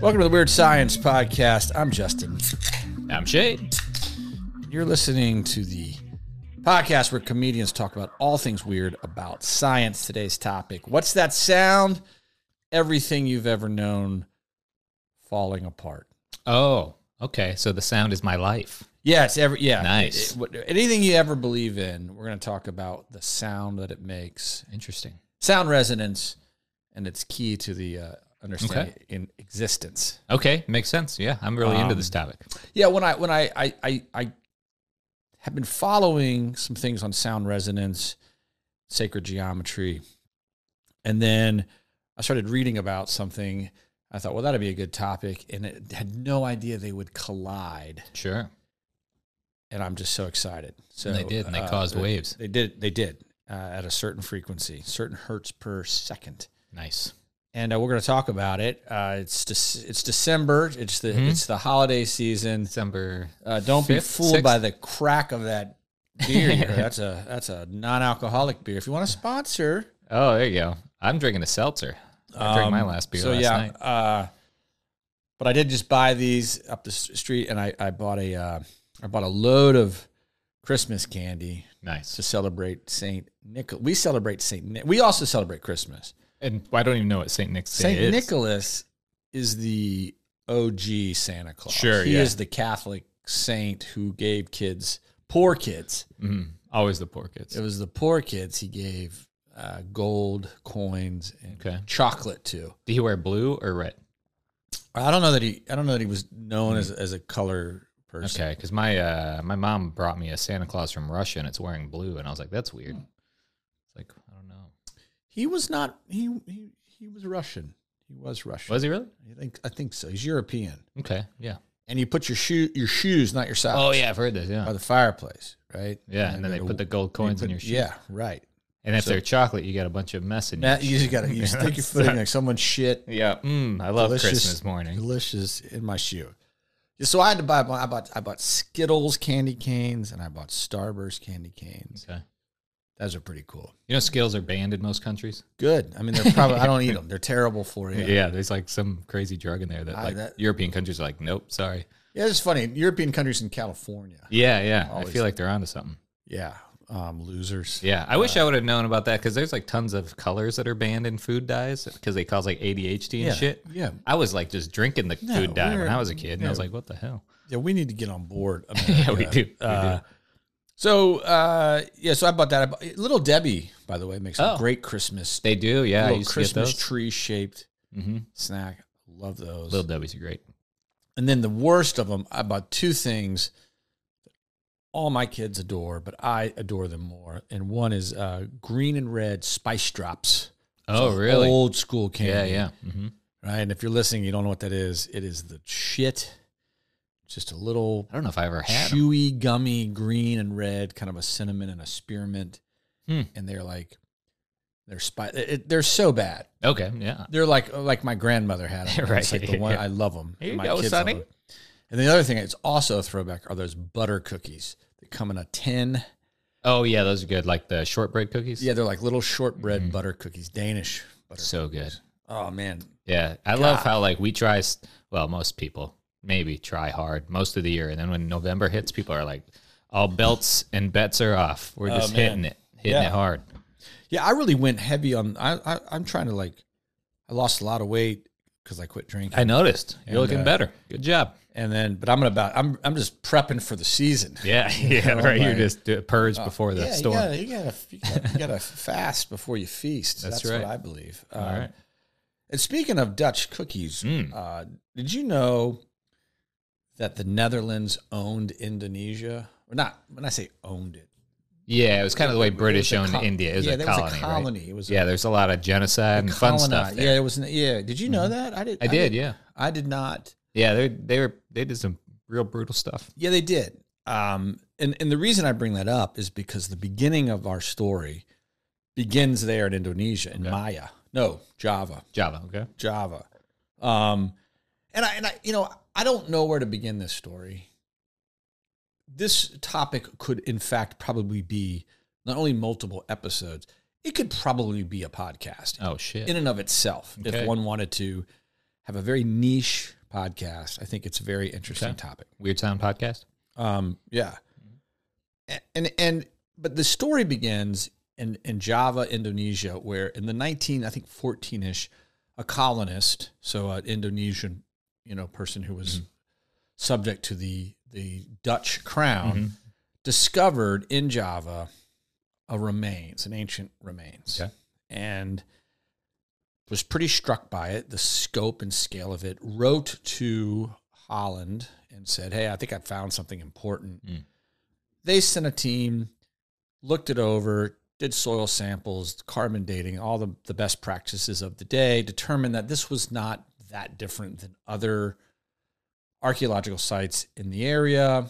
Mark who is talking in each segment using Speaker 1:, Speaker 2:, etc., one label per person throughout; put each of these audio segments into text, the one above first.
Speaker 1: Welcome to the Weird Science Podcast. I'm Justin.
Speaker 2: I'm Shade.
Speaker 1: You're listening to the podcast where comedians talk about all things weird about science. Today's topic What's that sound? Everything you've ever known falling apart.
Speaker 2: Oh, okay. So the sound is my life.
Speaker 1: Yes, every yeah.
Speaker 2: Nice.
Speaker 1: It- it- what- anything you ever believe in, we're going to talk about the sound that it makes,
Speaker 2: Interesting.
Speaker 1: sound resonance, and its key to the uh, understanding in existence.
Speaker 2: Okay, makes sense. Yeah, I'm really into
Speaker 1: Um,
Speaker 2: this topic.
Speaker 1: Yeah, when I when I I I, I have been following some things on sound resonance, sacred geometry, and then I started reading about something. I thought, well, that'd be a good topic, and it had no idea they would collide.
Speaker 2: Sure.
Speaker 1: And I'm just so excited. So
Speaker 2: And they did, and they
Speaker 1: uh,
Speaker 2: caused waves.
Speaker 1: They did. They did uh, at a certain frequency, certain hertz per second.
Speaker 2: Nice.
Speaker 1: And uh, we're going to talk about it. Uh, it's Dec- it's December. It's the
Speaker 2: Mm-hmm.
Speaker 1: it's the holiday season.
Speaker 2: December.
Speaker 1: Uh, don't be
Speaker 2: Fifth,
Speaker 1: fooled
Speaker 2: sixth?
Speaker 1: by the crack of that beer. You know, that's a that's a non-alcoholic beer. If you want to sponsor,
Speaker 2: Oh, there you go. I'm drinking a seltzer. I drank my
Speaker 1: um,
Speaker 2: last beer
Speaker 1: So
Speaker 2: last
Speaker 1: yeah,
Speaker 2: night.
Speaker 1: Uh, but I did just buy these up the s- street, and I I bought a uh, I bought a load of Christmas candy
Speaker 2: Nice.
Speaker 1: to celebrate Saint Nicholas. We celebrate Saint. Ni- we also celebrate Christmas.
Speaker 2: and I don't even know what St. Nick's Day
Speaker 1: Saint
Speaker 2: is.
Speaker 1: Nicholas is the OG Santa Claus.
Speaker 2: Sure,
Speaker 1: he
Speaker 2: yeah.
Speaker 1: is the Catholic saint who gave kids, poor kids.
Speaker 2: Mhm. Always the poor kids.
Speaker 1: It was the poor kids he gave uh, gold coins and
Speaker 2: Okay.
Speaker 1: chocolate to.
Speaker 2: Did he wear blue or red?
Speaker 1: I don't know that he. I don't know that he was known as as a color person.
Speaker 2: Mm-hmm. Okay, because my uh, my mom brought me a Santa Claus from Russia, and it's wearing blue, and I was like, that's weird. It's like I don't know.
Speaker 1: He was not. He he he was Russian. He was Russian.
Speaker 2: Was he really?
Speaker 1: I think I think so. He's European.
Speaker 2: Okay. Yeah.
Speaker 1: And you put your shoe your shoes, not your socks,
Speaker 2: Oh yeah, I've heard this. Yeah.
Speaker 1: by the fireplace, right?
Speaker 2: Yeah, and then they put the gold
Speaker 1: they
Speaker 2: coins in
Speaker 1: put-
Speaker 2: your shoe.
Speaker 1: Yeah, right.
Speaker 2: And if they're chocolate, you got a bunch of mess in your
Speaker 1: Now you just gotta you just stick your foot in like someone's shit.
Speaker 2: Yeah. Mm, I love
Speaker 1: Delicious-
Speaker 2: Christmas morning.
Speaker 1: Delicious in my shoe. Yeah, So I had to buy. I bought. I bought Skittles candy canes, and I bought Starburst candy canes.
Speaker 2: Okay.
Speaker 1: Those are pretty cool.
Speaker 2: You know, skills are banned in most countries.
Speaker 1: Good. I mean, they're probably. I don't eat them. They're terrible for you.
Speaker 2: Yeah. there's like some crazy drug in there that
Speaker 1: I-
Speaker 2: like
Speaker 1: that-
Speaker 2: European countries are like, nope, sorry.
Speaker 1: Yeah, it's funny. European countries in California.
Speaker 2: Yeah, yeah. I
Speaker 1: Always.
Speaker 2: feel like they're onto something.
Speaker 1: Yeah, um, losers.
Speaker 2: Yeah, I
Speaker 1: Uh,
Speaker 2: wish I would have known about that because there's like tons of colors that are banned in food dyes because they cause like ADHD and
Speaker 1: Yeah,
Speaker 2: shit.
Speaker 1: yeah.
Speaker 2: I was like just drinking the
Speaker 1: No,
Speaker 2: food dye when
Speaker 1: we're-
Speaker 2: I was a kid, and I was
Speaker 1: no.
Speaker 2: like, what the hell?
Speaker 1: Yeah, we need to get on board.
Speaker 2: Yeah,
Speaker 1: America.
Speaker 2: we do. We
Speaker 1: Uh,
Speaker 2: do.
Speaker 1: so uh, yeah, so I bought that. I bought, Little Debbie, by the way, makes a
Speaker 2: Oh.
Speaker 1: great Christmas.
Speaker 2: They do. Yeah, I
Speaker 1: little
Speaker 2: used
Speaker 1: Christmas
Speaker 2: to get
Speaker 1: tree shaped
Speaker 2: those. hmm
Speaker 1: snack. Love those.
Speaker 2: Little Debbie's are great.
Speaker 1: And then the worst of them, I bought two things that all my kids adore, but I adore them more. And one is uh, green and red spice drops.
Speaker 2: Oh,
Speaker 1: So
Speaker 2: really?
Speaker 1: Old school
Speaker 2: yeah,
Speaker 1: candy.
Speaker 2: yeah. hmm
Speaker 1: Right. And if you're listening, you don't know what that is. It is the shit. Just a little
Speaker 2: I don't know if I ever had 'em.
Speaker 1: chewy, gummy, green and red, kind of a cinnamon and a spearmint.
Speaker 2: Hmm.
Speaker 1: And they're like, they're spi- it, it- they're so bad.
Speaker 2: Okay, yeah.
Speaker 1: They're like uh, like my grandmother had them.
Speaker 2: Right.
Speaker 1: It's like the one
Speaker 2: Yeah.
Speaker 1: I love them.
Speaker 2: Here
Speaker 1: and
Speaker 2: you
Speaker 1: my
Speaker 2: go,
Speaker 1: kids love
Speaker 2: sonny.
Speaker 1: 'em. And the other thing it's also a throwback are those butter cookies that come in a tin.
Speaker 2: Oh yeah, those are good. Like the shortbread cookies.
Speaker 1: Yeah, they're like little shortbread butter cookies, Danish butter.
Speaker 2: Mm-hmm. so good.
Speaker 1: Oh man,
Speaker 2: Yeah, I love how like we try. s- Well, most people maybe try hard most of the year, and then when November hits, people are like, all belts and bets are off. We're just
Speaker 1: Oh, man.
Speaker 2: hitting it, hitting
Speaker 1: Yeah.
Speaker 2: it hard.
Speaker 1: yeah, I really went heavy on. I, I I'm trying to like, I lost a lot of weight because I quit drinking,
Speaker 2: I noticed you're
Speaker 1: And,
Speaker 2: looking
Speaker 1: uh,
Speaker 2: better. Good job.
Speaker 1: and then but I'm gonna about I'm I'm just prepping for the season.
Speaker 2: Yeah, yeah.
Speaker 1: know,
Speaker 2: right, you're
Speaker 1: like-
Speaker 2: just do- purge before the
Speaker 1: Oh, Yeah,
Speaker 2: storm.
Speaker 1: You gotta, you, gotta, you, gotta, you gotta fast before you feast. That's,
Speaker 2: That's
Speaker 1: what
Speaker 2: right.
Speaker 1: I believe.
Speaker 2: All
Speaker 1: Um,
Speaker 2: right.
Speaker 1: And speaking of Dutch cookies,
Speaker 2: Mm.
Speaker 1: uh, did you know that the Netherlands owned Indonesia? Or not when I say owned it.
Speaker 2: Yeah, it was kind of the way British
Speaker 1: It was
Speaker 2: owned
Speaker 1: a co-
Speaker 2: India. It was
Speaker 1: yeah,
Speaker 2: a
Speaker 1: that
Speaker 2: colony.
Speaker 1: was a
Speaker 2: right?
Speaker 1: colony. It was
Speaker 2: Yeah, there's a lot of genocide
Speaker 1: a
Speaker 2: and fun stuff.
Speaker 1: colonized-
Speaker 2: There. Mm-hmm.
Speaker 1: Yeah, it was. an- Yeah, did you know that? I did.
Speaker 2: I did. Yeah,
Speaker 1: I did not.
Speaker 2: yeah. They they were they did some real brutal stuff.
Speaker 1: Yeah, they did. Um, and and the reason I bring that up is because the beginning of our story begins there in Indonesia in
Speaker 2: Okay.
Speaker 1: Maya. No, Java.
Speaker 2: Java. Okay.
Speaker 1: Java. Um, and I and I you know I don't know where to begin this story. This topic could in fact probably be not only multiple episodes. It could probably be a podcast
Speaker 2: Oh shit.
Speaker 1: in and of itself
Speaker 2: Okay.
Speaker 1: if one wanted to have have a very niche podcast. I think it's a very interesting
Speaker 2: Okay.
Speaker 1: topic.
Speaker 2: Weird Sound podcast.
Speaker 1: Um, yeah. Mm-hmm. A- And and but the story begins in in Java, Indonesia, where in the 19 I think 14ish a colonist, so an Indonesian, you know, person who was subject to the the Dutch crown
Speaker 2: Mhm.
Speaker 1: discovered in Java a remains, an ancient remains.
Speaker 2: Okay.
Speaker 1: And was pretty struck by it, the scope and scale of it. Wrote to Holland and said, Hey, I think I found something important.
Speaker 2: Mm.
Speaker 1: They sent a team, looked it over, did soil samples, carbon dating, all the, the best practices of the day, determined that this was not that different than other archaeological sites in the area.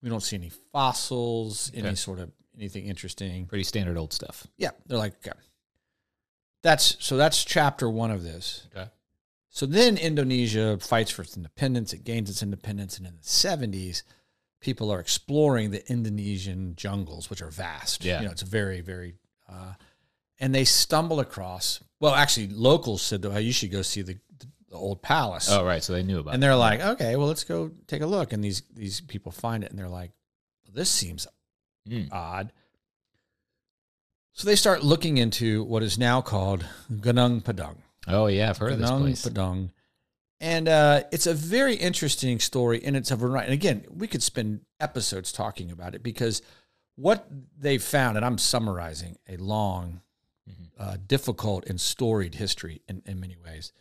Speaker 1: We don't see any fossils,
Speaker 2: Okay.
Speaker 1: any sort of anything interesting.
Speaker 2: Pretty standard old stuff.
Speaker 1: Yeah, they're like, okay. That's so that's chapter one of this.
Speaker 2: Okay.
Speaker 1: So then Indonesia fights for its independence, it gains its independence, and in the 70s, people are exploring the Indonesian jungles, which are vast.
Speaker 2: Yeah.
Speaker 1: You know, it's very, very uh, and they stumble across well, actually locals said though, hey, you should go see the, the old palace.
Speaker 2: Oh, right. So they knew about
Speaker 1: And
Speaker 2: it.
Speaker 1: they're like, okay, well, let's go take a look. And these these people find it, and they're like, well, this seems
Speaker 2: Mm.
Speaker 1: odd. So they start looking into what is now called Ganung Padang.
Speaker 2: Oh, yeah. I've heard of this
Speaker 1: Ganung
Speaker 2: place.
Speaker 1: Padang. And uh, it's a very interesting story in its of right. And again, we could spend episodes talking about it because what they found, and I'm summarizing a long,
Speaker 2: Mhm.
Speaker 1: uh, difficult, and storied history in, in many ways.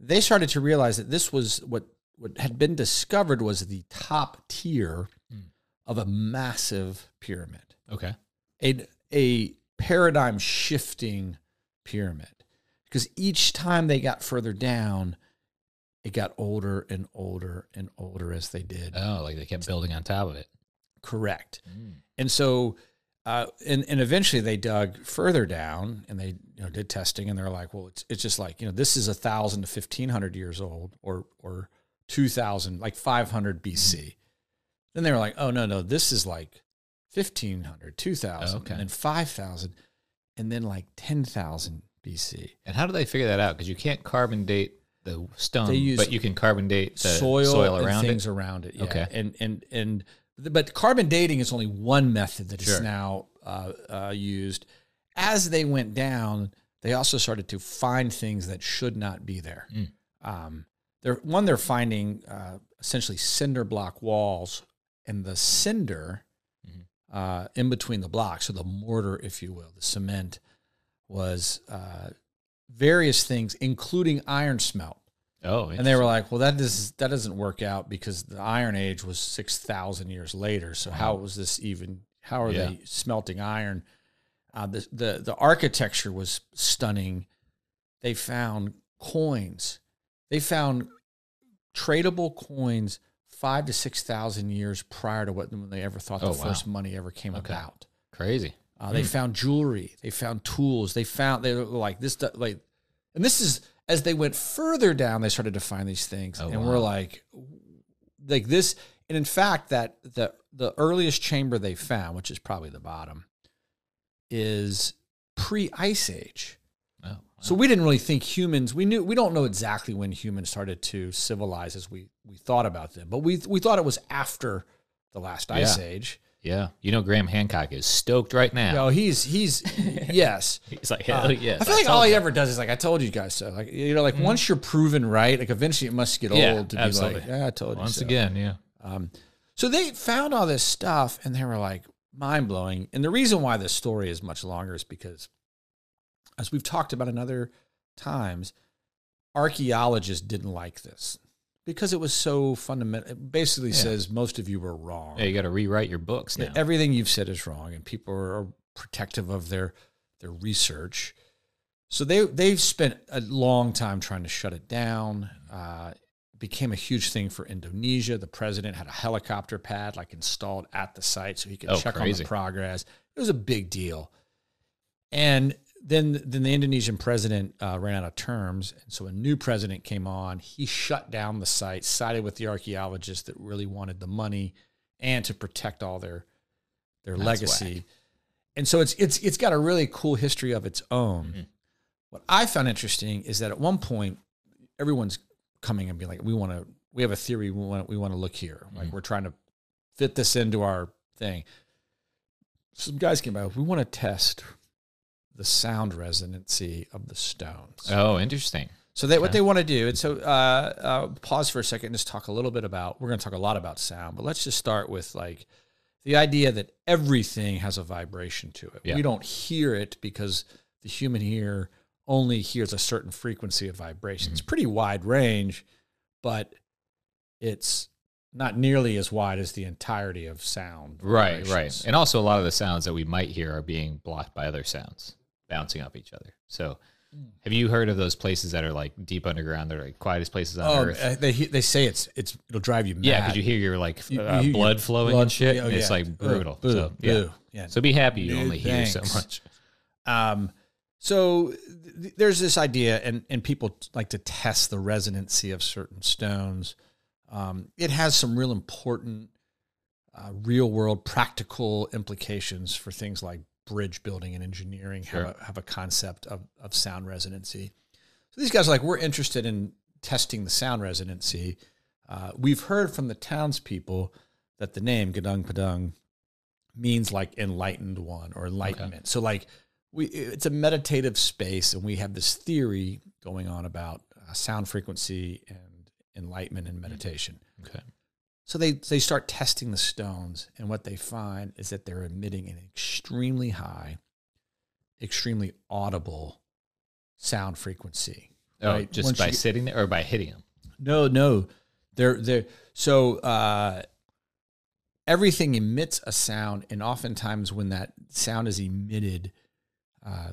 Speaker 1: They started to realize that this was what, what had been discovered was the top tier
Speaker 2: Mm.
Speaker 1: of a massive pyramid
Speaker 2: Okay.
Speaker 1: a a paradigm shifting pyramid because each time they got further down it got older and older and older as they did
Speaker 2: Oh, like they kept building on top of it.
Speaker 1: correct
Speaker 2: Mm.
Speaker 1: and so uh, and and eventually they dug further down and they you know did testing and they're like well it's it's just like you know this is a thousand to fifteen hundred years old or or two thousand like five hundred BC. Then they were like oh no no this is like 1500 2000
Speaker 2: Okay.
Speaker 1: and then 5000 and then like 10000 BC.
Speaker 2: And how do they figure that out? Because you can't carbon date the stone,
Speaker 1: They use
Speaker 2: but you can carbon date the
Speaker 1: soil,
Speaker 2: soil,
Speaker 1: and
Speaker 2: around
Speaker 1: things
Speaker 2: it.
Speaker 1: around it. Yeah.
Speaker 2: Okay.
Speaker 1: And and and but carbon dating is only one method that is
Speaker 2: Sure.
Speaker 1: now uh, uh, used. As they went down, they also started to find things that should not be there.
Speaker 2: Mm.
Speaker 1: Um, they're one they're finding uh, essentially cinder block walls and the cinder
Speaker 2: Mhm.
Speaker 1: uh, in between the blocks, so the mortar, if you will, the cement was uh, various things, including iron smelt.
Speaker 2: Oh,
Speaker 1: And they were like, "Well, that does that doesn't work out because the Iron Age was six thousand years later. So how was this even? How are
Speaker 2: Yeah.
Speaker 1: they smelting iron? Uh, the the the architecture was stunning. They found coins. They found tradable coins five to six thousand years prior to what when they ever thought the
Speaker 2: Oh, wow.
Speaker 1: first money ever came
Speaker 2: Okay.
Speaker 1: about.
Speaker 2: crazy.
Speaker 1: Uh, they found jewelry. They found tools. They found they were like this. do- Like, and this is as they went further down, they started to find these things,
Speaker 2: Oh,
Speaker 1: and we're
Speaker 2: wow.
Speaker 1: like, like this. And in fact, that the the earliest chamber they found, which is probably the bottom, is pre ice age.
Speaker 2: Oh, wow.
Speaker 1: So we didn't really think humans. We knew we don't know exactly when humans started to civilize as we we thought about them, but we we thought it was after the last ice
Speaker 2: Yeah.
Speaker 1: age.
Speaker 2: yeah, you know Graham Hancock is stoked right now.
Speaker 1: No, he's he's yes.
Speaker 2: He's like,
Speaker 1: Uh,
Speaker 2: hell Oh, yes.
Speaker 1: I feel like all
Speaker 2: told
Speaker 1: he
Speaker 2: you. Mm-hmm.
Speaker 1: ever does is like, I told you guys so. Like, you know, like once you're proven right, like eventually it must get
Speaker 2: Yeah,
Speaker 1: old to
Speaker 2: absolutely.
Speaker 1: be like, yeah, I told you
Speaker 2: once
Speaker 1: so.
Speaker 2: again, yeah.
Speaker 1: Um, so they found all this stuff and they were like mind blowing. And the reason why this story is much longer is because, as we've talked about in other times, archaeologists didn't like this because it was so fundamental. It basically
Speaker 2: Yeah.
Speaker 1: says most of you were wrong.
Speaker 2: Yeah, you got to rewrite your books now.
Speaker 1: Everything you've said is wrong, and people are protective of their their research. So they they've spent a long time trying to shut it down. Uh, became a huge thing for Indonesia. The president had a helicopter pad like installed at the site so he could
Speaker 2: Oh,
Speaker 1: check
Speaker 2: crazy.
Speaker 1: on the progress. It was a big deal. And then then the Indonesian president uh, ran out of terms, and so a new president came on. He shut down the site, sided with the archaeologists that really wanted the money and to protect all their their
Speaker 2: That's
Speaker 1: legacy. And so it's it's it's got a really cool history of its own.
Speaker 2: Mhm.
Speaker 1: What I found interesting is that at one point everyone's coming and being like, we want to, we have a theory, we want, we want to look here. Like we're trying to fit this into our thing. Some guys came by, we want to test the sound resonancy of the stones.
Speaker 2: Oh, interesting.
Speaker 1: So they, what they want to do, and so uh, uh, pause for a second and just talk a little bit about. We're going to talk a lot about sound, but let's just start with like the idea that everything has a vibration to it.
Speaker 2: Yeah.
Speaker 1: We don't hear it because the human ear only hears a certain frequency of vibration.
Speaker 2: Mm-hmm.
Speaker 1: It's pretty wide range, but it's not nearly as wide as the entirety of sound.
Speaker 2: Right, right.
Speaker 1: vibrations.
Speaker 2: And also, a lot of the sounds that we might hear are being blocked by other sounds bouncing off each other. So,
Speaker 1: Hmm.
Speaker 2: have you heard of those places that are like deep underground? They're like quietest places on
Speaker 1: Oh,
Speaker 2: earth.
Speaker 1: uh, they he- they say it's it's it'll drive you mad.
Speaker 2: yeah, because you hear your like
Speaker 1: You- you
Speaker 2: uh,
Speaker 1: hear your
Speaker 2: blood flowing
Speaker 1: blood-
Speaker 2: and shit.
Speaker 1: oh,
Speaker 2: and It's
Speaker 1: yeah.
Speaker 2: like brutal.
Speaker 1: Boo,
Speaker 2: so,
Speaker 1: boo,
Speaker 2: yeah.
Speaker 1: boo. yeah.
Speaker 2: So be happy you
Speaker 1: No,
Speaker 2: only hear so
Speaker 1: thanks.
Speaker 2: much.
Speaker 1: Um, so th- th- there's this idea, and and people t- like to test the resonancy of certain stones. Um, it has some real important, uh, real world practical implications for things like bridge building and engineering have,
Speaker 2: Sure.
Speaker 1: a, have a concept of, of sound resonancy. So these guys are like, we're interested in testing the sound resonancy. Uh, we've heard from the townspeople that the name Gadung Padung means like enlightened one or enlightenment. So like we, it's a meditative space, and we have this theory going on about uh, sound frequency and enlightenment
Speaker 2: Mm-hmm.
Speaker 1: and meditation.
Speaker 2: Okay.
Speaker 1: So they they start testing the stones, and what they find is that they're emitting an extremely high, extremely audible sound frequency.
Speaker 2: Oh,
Speaker 1: Right,
Speaker 2: just
Speaker 1: once
Speaker 2: by
Speaker 1: you get-
Speaker 2: sitting there or by hitting them.
Speaker 1: No, no. They're they're so uh everything emits a sound and oftentimes when that sound is emitted, uh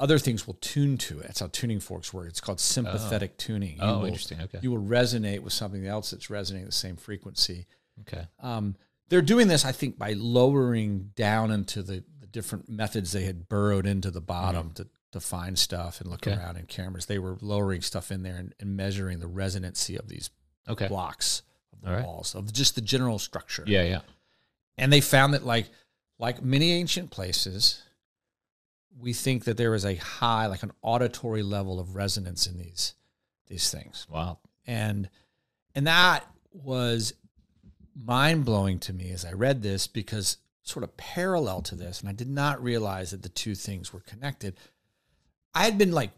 Speaker 1: other things will tune to it. That's how tuning forks work. It's called sympathetic tuning. You
Speaker 2: Oh,
Speaker 1: will-
Speaker 2: interesting. Okay.
Speaker 1: You will resonate with something else that's resonating at the same frequency.
Speaker 2: okay.
Speaker 1: Um, they're doing this, I think, by lowering down into the, the different methods they had burrowed into the bottom to, to find stuff and look
Speaker 2: Mm-hmm. Okay.
Speaker 1: around in cameras. They were lowering stuff in there and, and measuring the resonancy of these
Speaker 2: Okay.
Speaker 1: blocks of the
Speaker 2: All right.
Speaker 1: walls, of just the general structure.
Speaker 2: Yeah, yeah.
Speaker 1: And they found that, like, like many ancient places, we think that there is a high, like an auditory level of resonance in these these things
Speaker 2: Wow.
Speaker 1: and and that was mind blowing to me as I read this because sort of parallel to this, and I did not realize that the two things were connected. I had been like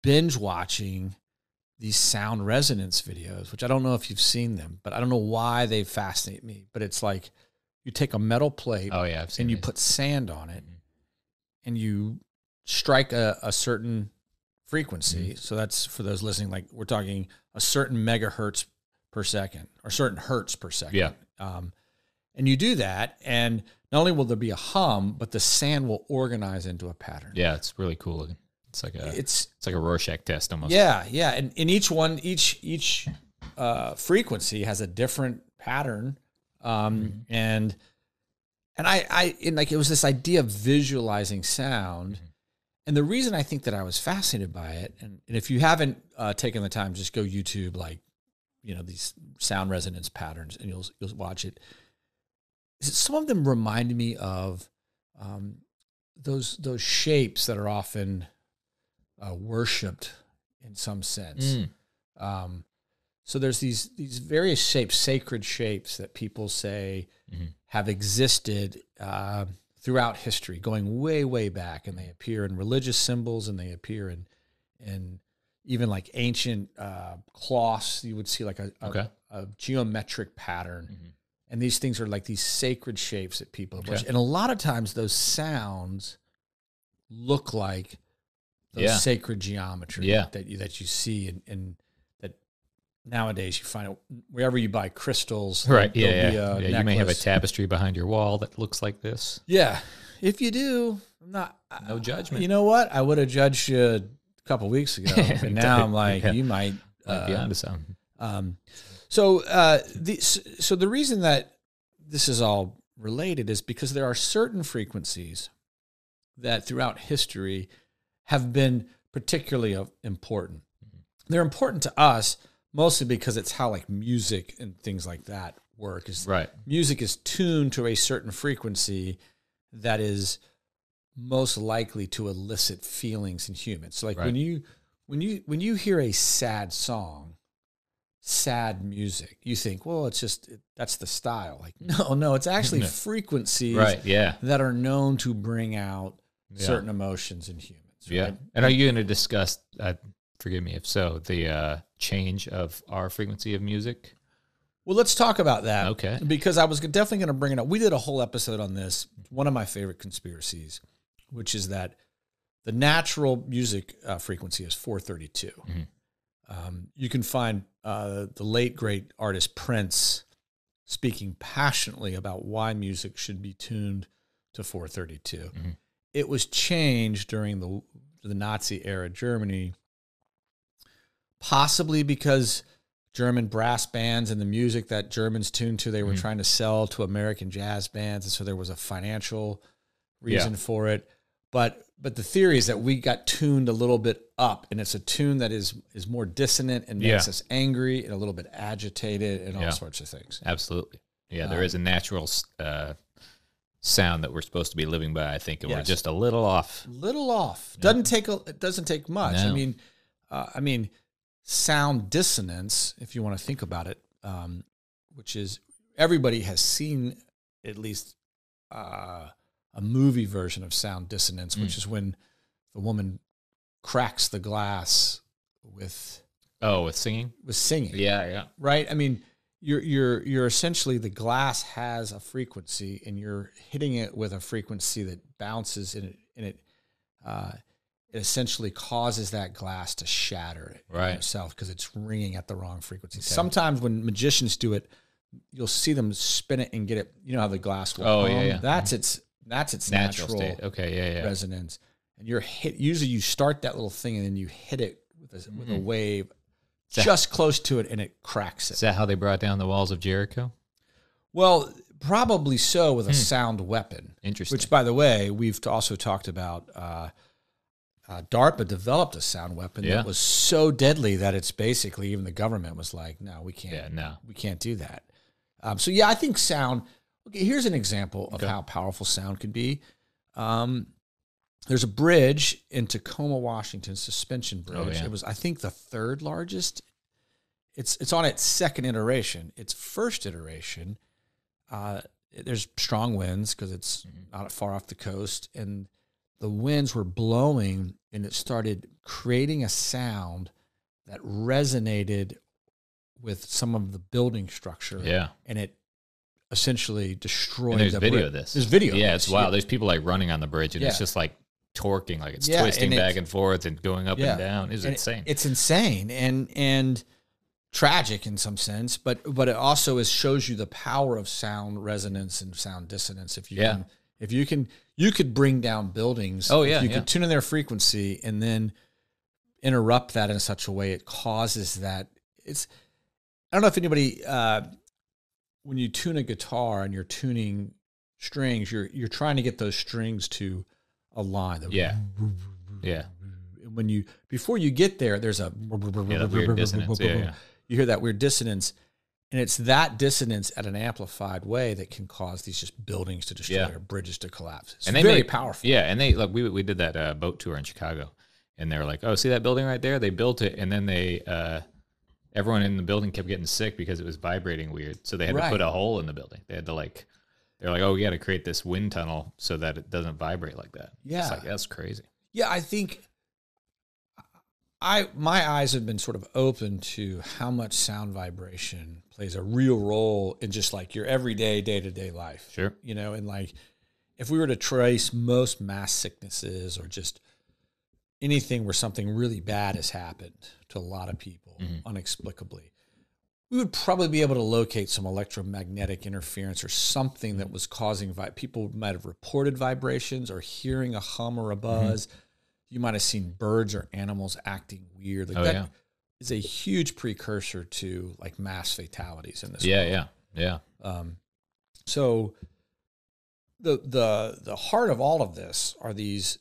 Speaker 1: binge watching these sound resonance videos, which I don't know if you've seen them, but I don't know why they fascinate me. But it's like you take a metal plate
Speaker 2: Oh, yeah. I've seen
Speaker 1: and you
Speaker 2: these.
Speaker 1: put sand on it
Speaker 2: Mhm.
Speaker 1: and you strike a, a certain frequency.
Speaker 2: Mm-hmm.
Speaker 1: So that's for those listening, like we're talking a certain megahertz per second or certain hertz per second.
Speaker 2: Yeah.
Speaker 1: Um, and you do that, and not only will there be a hum, but the sand will organize into a pattern.
Speaker 2: Yeah, it's really cool looking. It's like a it's,
Speaker 1: It's
Speaker 2: like a Rorschach test almost.
Speaker 1: yeah, yeah, and in each one, each each uh, frequency has a different pattern, um, and and I I and like it was this idea of visualizing sound, and the reason I think that I was fascinated by it, and, and if you haven't uh, taken the time, just go YouTube like you know these sound resonance patterns, and you'll you'll watch it. Is that Some of them reminded me of um, those those shapes that are often uh, worshipped in some sense.
Speaker 2: Mm.
Speaker 1: Um, so there's these these various shapes, sacred shapes that people say
Speaker 2: Mhm.
Speaker 1: have existed uh, throughout history, going way way back, and they appear in religious symbols, and they appear in in even like ancient uh, cloths. You would see like a a,
Speaker 2: Okay.
Speaker 1: a geometric pattern.
Speaker 2: Mhm.
Speaker 1: And these things are like these sacred shapes that people have
Speaker 2: Okay.
Speaker 1: worshiped. And a lot of times those sounds look like those
Speaker 2: Yeah.
Speaker 1: sacred geometry
Speaker 2: Yeah.
Speaker 1: that you that you see and, and that nowadays you find it wherever you buy crystals.
Speaker 2: Right.
Speaker 1: there'll
Speaker 2: Yeah.
Speaker 1: be
Speaker 2: Yeah.
Speaker 1: a
Speaker 2: yeah you may have a
Speaker 1: necklace.
Speaker 2: tapestry behind your wall that looks like this.
Speaker 1: Yeah. If you do, I'm not
Speaker 2: No
Speaker 1: I-
Speaker 2: judgment.
Speaker 1: You know what? I would have judged you a couple weeks ago. but now I'm like,
Speaker 2: Yeah.
Speaker 1: you might
Speaker 2: Might be
Speaker 1: uh,
Speaker 2: onto something.
Speaker 1: um, so uh, the s- so the reason that this is all related is because there are certain frequencies that throughout history have been particularly of important. They're important to us mostly because it's how like music and things like that work. Is
Speaker 2: Right.
Speaker 1: music is tuned to a certain frequency that is most likely to elicit feelings in humans. So like when
Speaker 2: Right.
Speaker 1: you when you when you hear a sad song, sad music, you think, well, it's just it, that's the style. Like, no, no, it's actually
Speaker 2: No.
Speaker 1: frequencies
Speaker 2: Right. Yeah.
Speaker 1: that are known to bring out
Speaker 2: Yeah.
Speaker 1: certain emotions in humans.
Speaker 2: Yeah.
Speaker 1: right?
Speaker 2: And are you going to discuss, uh, forgive me if so, the uh, change of our frequency of music?
Speaker 1: Well, let's talk about that.
Speaker 2: Okay.
Speaker 1: Because I was definitely going to bring it up. We did a whole episode on this. It's One of my favorite conspiracies, which is that the natural music uh, frequency is 432.
Speaker 2: Mhm.
Speaker 1: Um, you can find uh, the late great artist Prince speaking passionately about why music should be tuned to 432.
Speaker 2: Mhm.
Speaker 1: It was changed during the the Nazi era Germany, possibly because German brass bands and the music that Germans tuned to, they were
Speaker 2: Mhm.
Speaker 1: trying to sell to American jazz bands, and so there was a financial
Speaker 2: Yeah.
Speaker 1: reason for it. But but the theory is that we got tuned a little bit up, and it's a tune that is is more dissonant and makes
Speaker 2: Yeah.
Speaker 1: us angry and a little bit agitated and all
Speaker 2: Yeah.
Speaker 1: sorts of things.
Speaker 2: Absolutely. Yeah. there
Speaker 1: Um,
Speaker 2: is a natural uh, sound that we're supposed to be living by, I think, and we're
Speaker 1: Yes.
Speaker 2: just a little off.
Speaker 1: little off. Doesn't take a, it doesn't take much. I
Speaker 2: No.
Speaker 1: mean, uh, I mean, sound dissonance, if you want to think about it, um, which is everybody has seen at least uh, a movie version of sound dissonance, which is when the woman cracks the glass with
Speaker 2: Oh, with singing?
Speaker 1: with singing.
Speaker 2: Yeah. Yeah.
Speaker 1: Right. I mean. You're, you're, you're essentially the glass has a frequency and you're hitting it with a frequency that bounces and it, and it uh, it essentially causes that glass to shatter in
Speaker 2: Right.
Speaker 1: itself because it's ringing at the wrong frequency.
Speaker 2: Okay.
Speaker 1: Sometimes when magicians do it, you'll see them spin it and get it. You know how the glass will.
Speaker 2: Oh, yeah,
Speaker 1: hum?
Speaker 2: yeah.
Speaker 1: That's its that's its
Speaker 2: Natural,
Speaker 1: natural,
Speaker 2: state. Okay. Yeah. Yeah.
Speaker 1: resonance. And you're hit. Usually, you start that little thing and then you hit it with a, with a
Speaker 2: Mhm.
Speaker 1: wave
Speaker 2: So-
Speaker 1: just close to it, and it cracks it.
Speaker 2: Is that how they brought down the walls of Jericho?
Speaker 1: well, probably so with a sound weapon.
Speaker 2: Hmm. Interesting.
Speaker 1: Which, by the way, we've t- also talked about. Uh, uh, DARPA developed a sound weapon
Speaker 2: Yeah.
Speaker 1: that was so deadly that it's basically even the government was like, "No, we can't.
Speaker 2: Yeah, no.
Speaker 1: we can't do that." Um, so yeah, I think sound. Okay, here's an example of
Speaker 2: Okay.
Speaker 1: how powerful sound could be. Um, there's a bridge in Tacoma, Washington, suspension bridge.
Speaker 2: Oh, yeah.
Speaker 1: It was, I think, the third largest. It's it's on its second iteration. Its first iteration, uh, there's strong winds because it's
Speaker 2: Mm-hmm.
Speaker 1: not far off the coast, and the winds were blowing, and it started creating a sound that resonated with some of the building structure,
Speaker 2: yeah.
Speaker 1: and it essentially destroyed.
Speaker 2: And there's
Speaker 1: the
Speaker 2: video
Speaker 1: bri-
Speaker 2: of this.
Speaker 1: There's video. of
Speaker 2: Yeah, it's
Speaker 1: this,
Speaker 2: wild. There's people like running on the bridge, and it's
Speaker 1: Yeah.
Speaker 2: just like torquing, like it's
Speaker 1: Yeah, and
Speaker 2: twisting back
Speaker 1: it's-
Speaker 2: and forth and going up
Speaker 1: Yeah.
Speaker 2: and down. It's
Speaker 1: And it-
Speaker 2: insane.
Speaker 1: It's insane and and tragic in some sense, but but it also is shows you the power of sound resonance and sound dissonance. If you
Speaker 2: Yeah.
Speaker 1: can, if you can, you could bring down buildings.
Speaker 2: Oh,
Speaker 1: if
Speaker 2: yeah,
Speaker 1: you
Speaker 2: yeah.
Speaker 1: could tune in their frequency and then interrupt that in such a way it causes that. It's I don't know if anybody uh, when you tune a guitar and you're tuning strings, you're you're trying to get those strings to align. The-
Speaker 2: yeah, yeah,
Speaker 1: when you before you get there, there's a
Speaker 2: yeah. That weird dissonance. Yeah, yeah.
Speaker 1: you hear that weird dissonance, and it's that dissonance at an amplified way that can cause these just buildings to destroy
Speaker 2: Yeah.
Speaker 1: or bridges to collapse. It's
Speaker 2: And they
Speaker 1: very
Speaker 2: make-
Speaker 1: powerful.
Speaker 2: Yeah, and they like we we did that uh, boat tour in Chicago, and they were like, "Oh, see that building right there? They built it, and then they uh, everyone in the building kept getting sick because it was vibrating weird. So they had to
Speaker 1: Right.
Speaker 2: put a hole in the building. They had to like, they're like, "Oh, we got to create this wind tunnel so that it doesn't vibrate like that."
Speaker 1: Yeah.
Speaker 2: it's like that's crazy.
Speaker 1: Yeah, I think I my eyes have been sort of open to how much sound vibration plays a real role in just like your everyday day to day life.
Speaker 2: Sure.
Speaker 1: you know, and like if we were to trace most mass sicknesses or just anything where something really bad has happened to a lot of people
Speaker 2: Mhm.
Speaker 1: unexplicably, we would probably be able to locate some electromagnetic interference or something
Speaker 2: Mm-hmm.
Speaker 1: that was causing vi- people might have reported vibrations or hearing a hum
Speaker 2: Mm-hmm.
Speaker 1: or a buzz. You might have seen birds or animals acting weird. Like
Speaker 2: Oh,
Speaker 1: that
Speaker 2: yeah.
Speaker 1: is a huge precursor to like mass fatalities in this
Speaker 2: Yeah, yeah, yeah.
Speaker 1: um, so the the the heart of all of this are these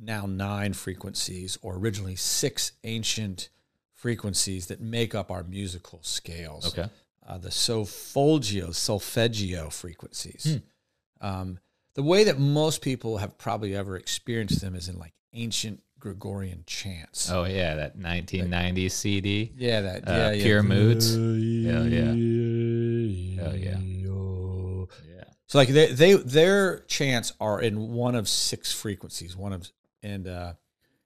Speaker 1: now nine frequencies, or originally six ancient frequencies that make up our musical scales.
Speaker 2: Okay.
Speaker 1: Uh, the solfeggio solfeggio frequencies.
Speaker 2: Hmm.
Speaker 1: Um, the way that most people have probably ever experienced them is in like ancient Gregorian chants.
Speaker 2: Oh yeah, that 1990 CD.
Speaker 1: Yeah, that
Speaker 2: Uh,
Speaker 1: yeah, yeah.
Speaker 2: Pure Moods.
Speaker 1: Hell yeah.
Speaker 2: Hell
Speaker 1: yeah.
Speaker 2: Yeah.
Speaker 1: So like they they their chants are in one of six frequencies, one of and uh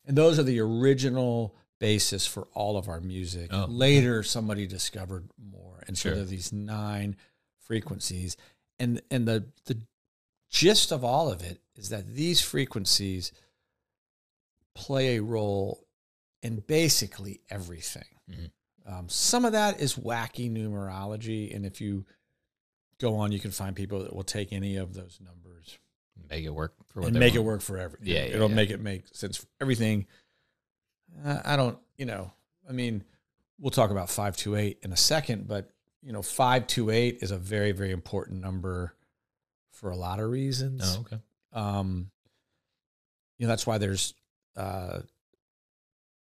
Speaker 1: and those are the original basis for all of our music.
Speaker 2: Oh.
Speaker 1: Later somebody discovered more. And so
Speaker 2: Sure.
Speaker 1: there are these nine frequencies. And and the the gist of all of it is that these frequencies play a role in basically everything.
Speaker 2: Mhm.
Speaker 1: Um, some of that is wacky numerology, and if you go on, you can find people that will take any of those numbers
Speaker 2: Make it work for what
Speaker 1: and
Speaker 2: they
Speaker 1: make
Speaker 2: want.
Speaker 1: it work for everything.
Speaker 2: Yeah, yeah,
Speaker 1: it'll
Speaker 2: yeah.
Speaker 1: make it make sense for everything. Uh, I don't, you know, I mean, we'll talk about five two eight in a second, but you know, five two eight is a very very important number for a lot of reasons
Speaker 2: Oh, okay.
Speaker 1: um you know that's why there's uh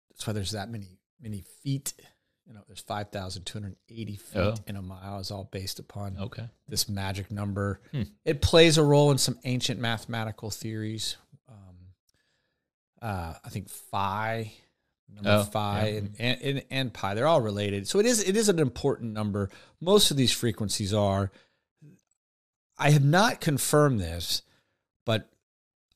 Speaker 1: that's why there's that many many feet you know there's 5280 feet
Speaker 2: Oh.
Speaker 1: in a mile is all based upon
Speaker 2: Okay.
Speaker 1: this magic number
Speaker 2: Hmm.
Speaker 1: it plays a role in some ancient mathematical theories um uh i think phi number
Speaker 2: Oh,
Speaker 1: phi
Speaker 2: yeah.
Speaker 1: and, and, and and pi they're all related so it is it is an important number most of these frequencies are I have not confirmed this, but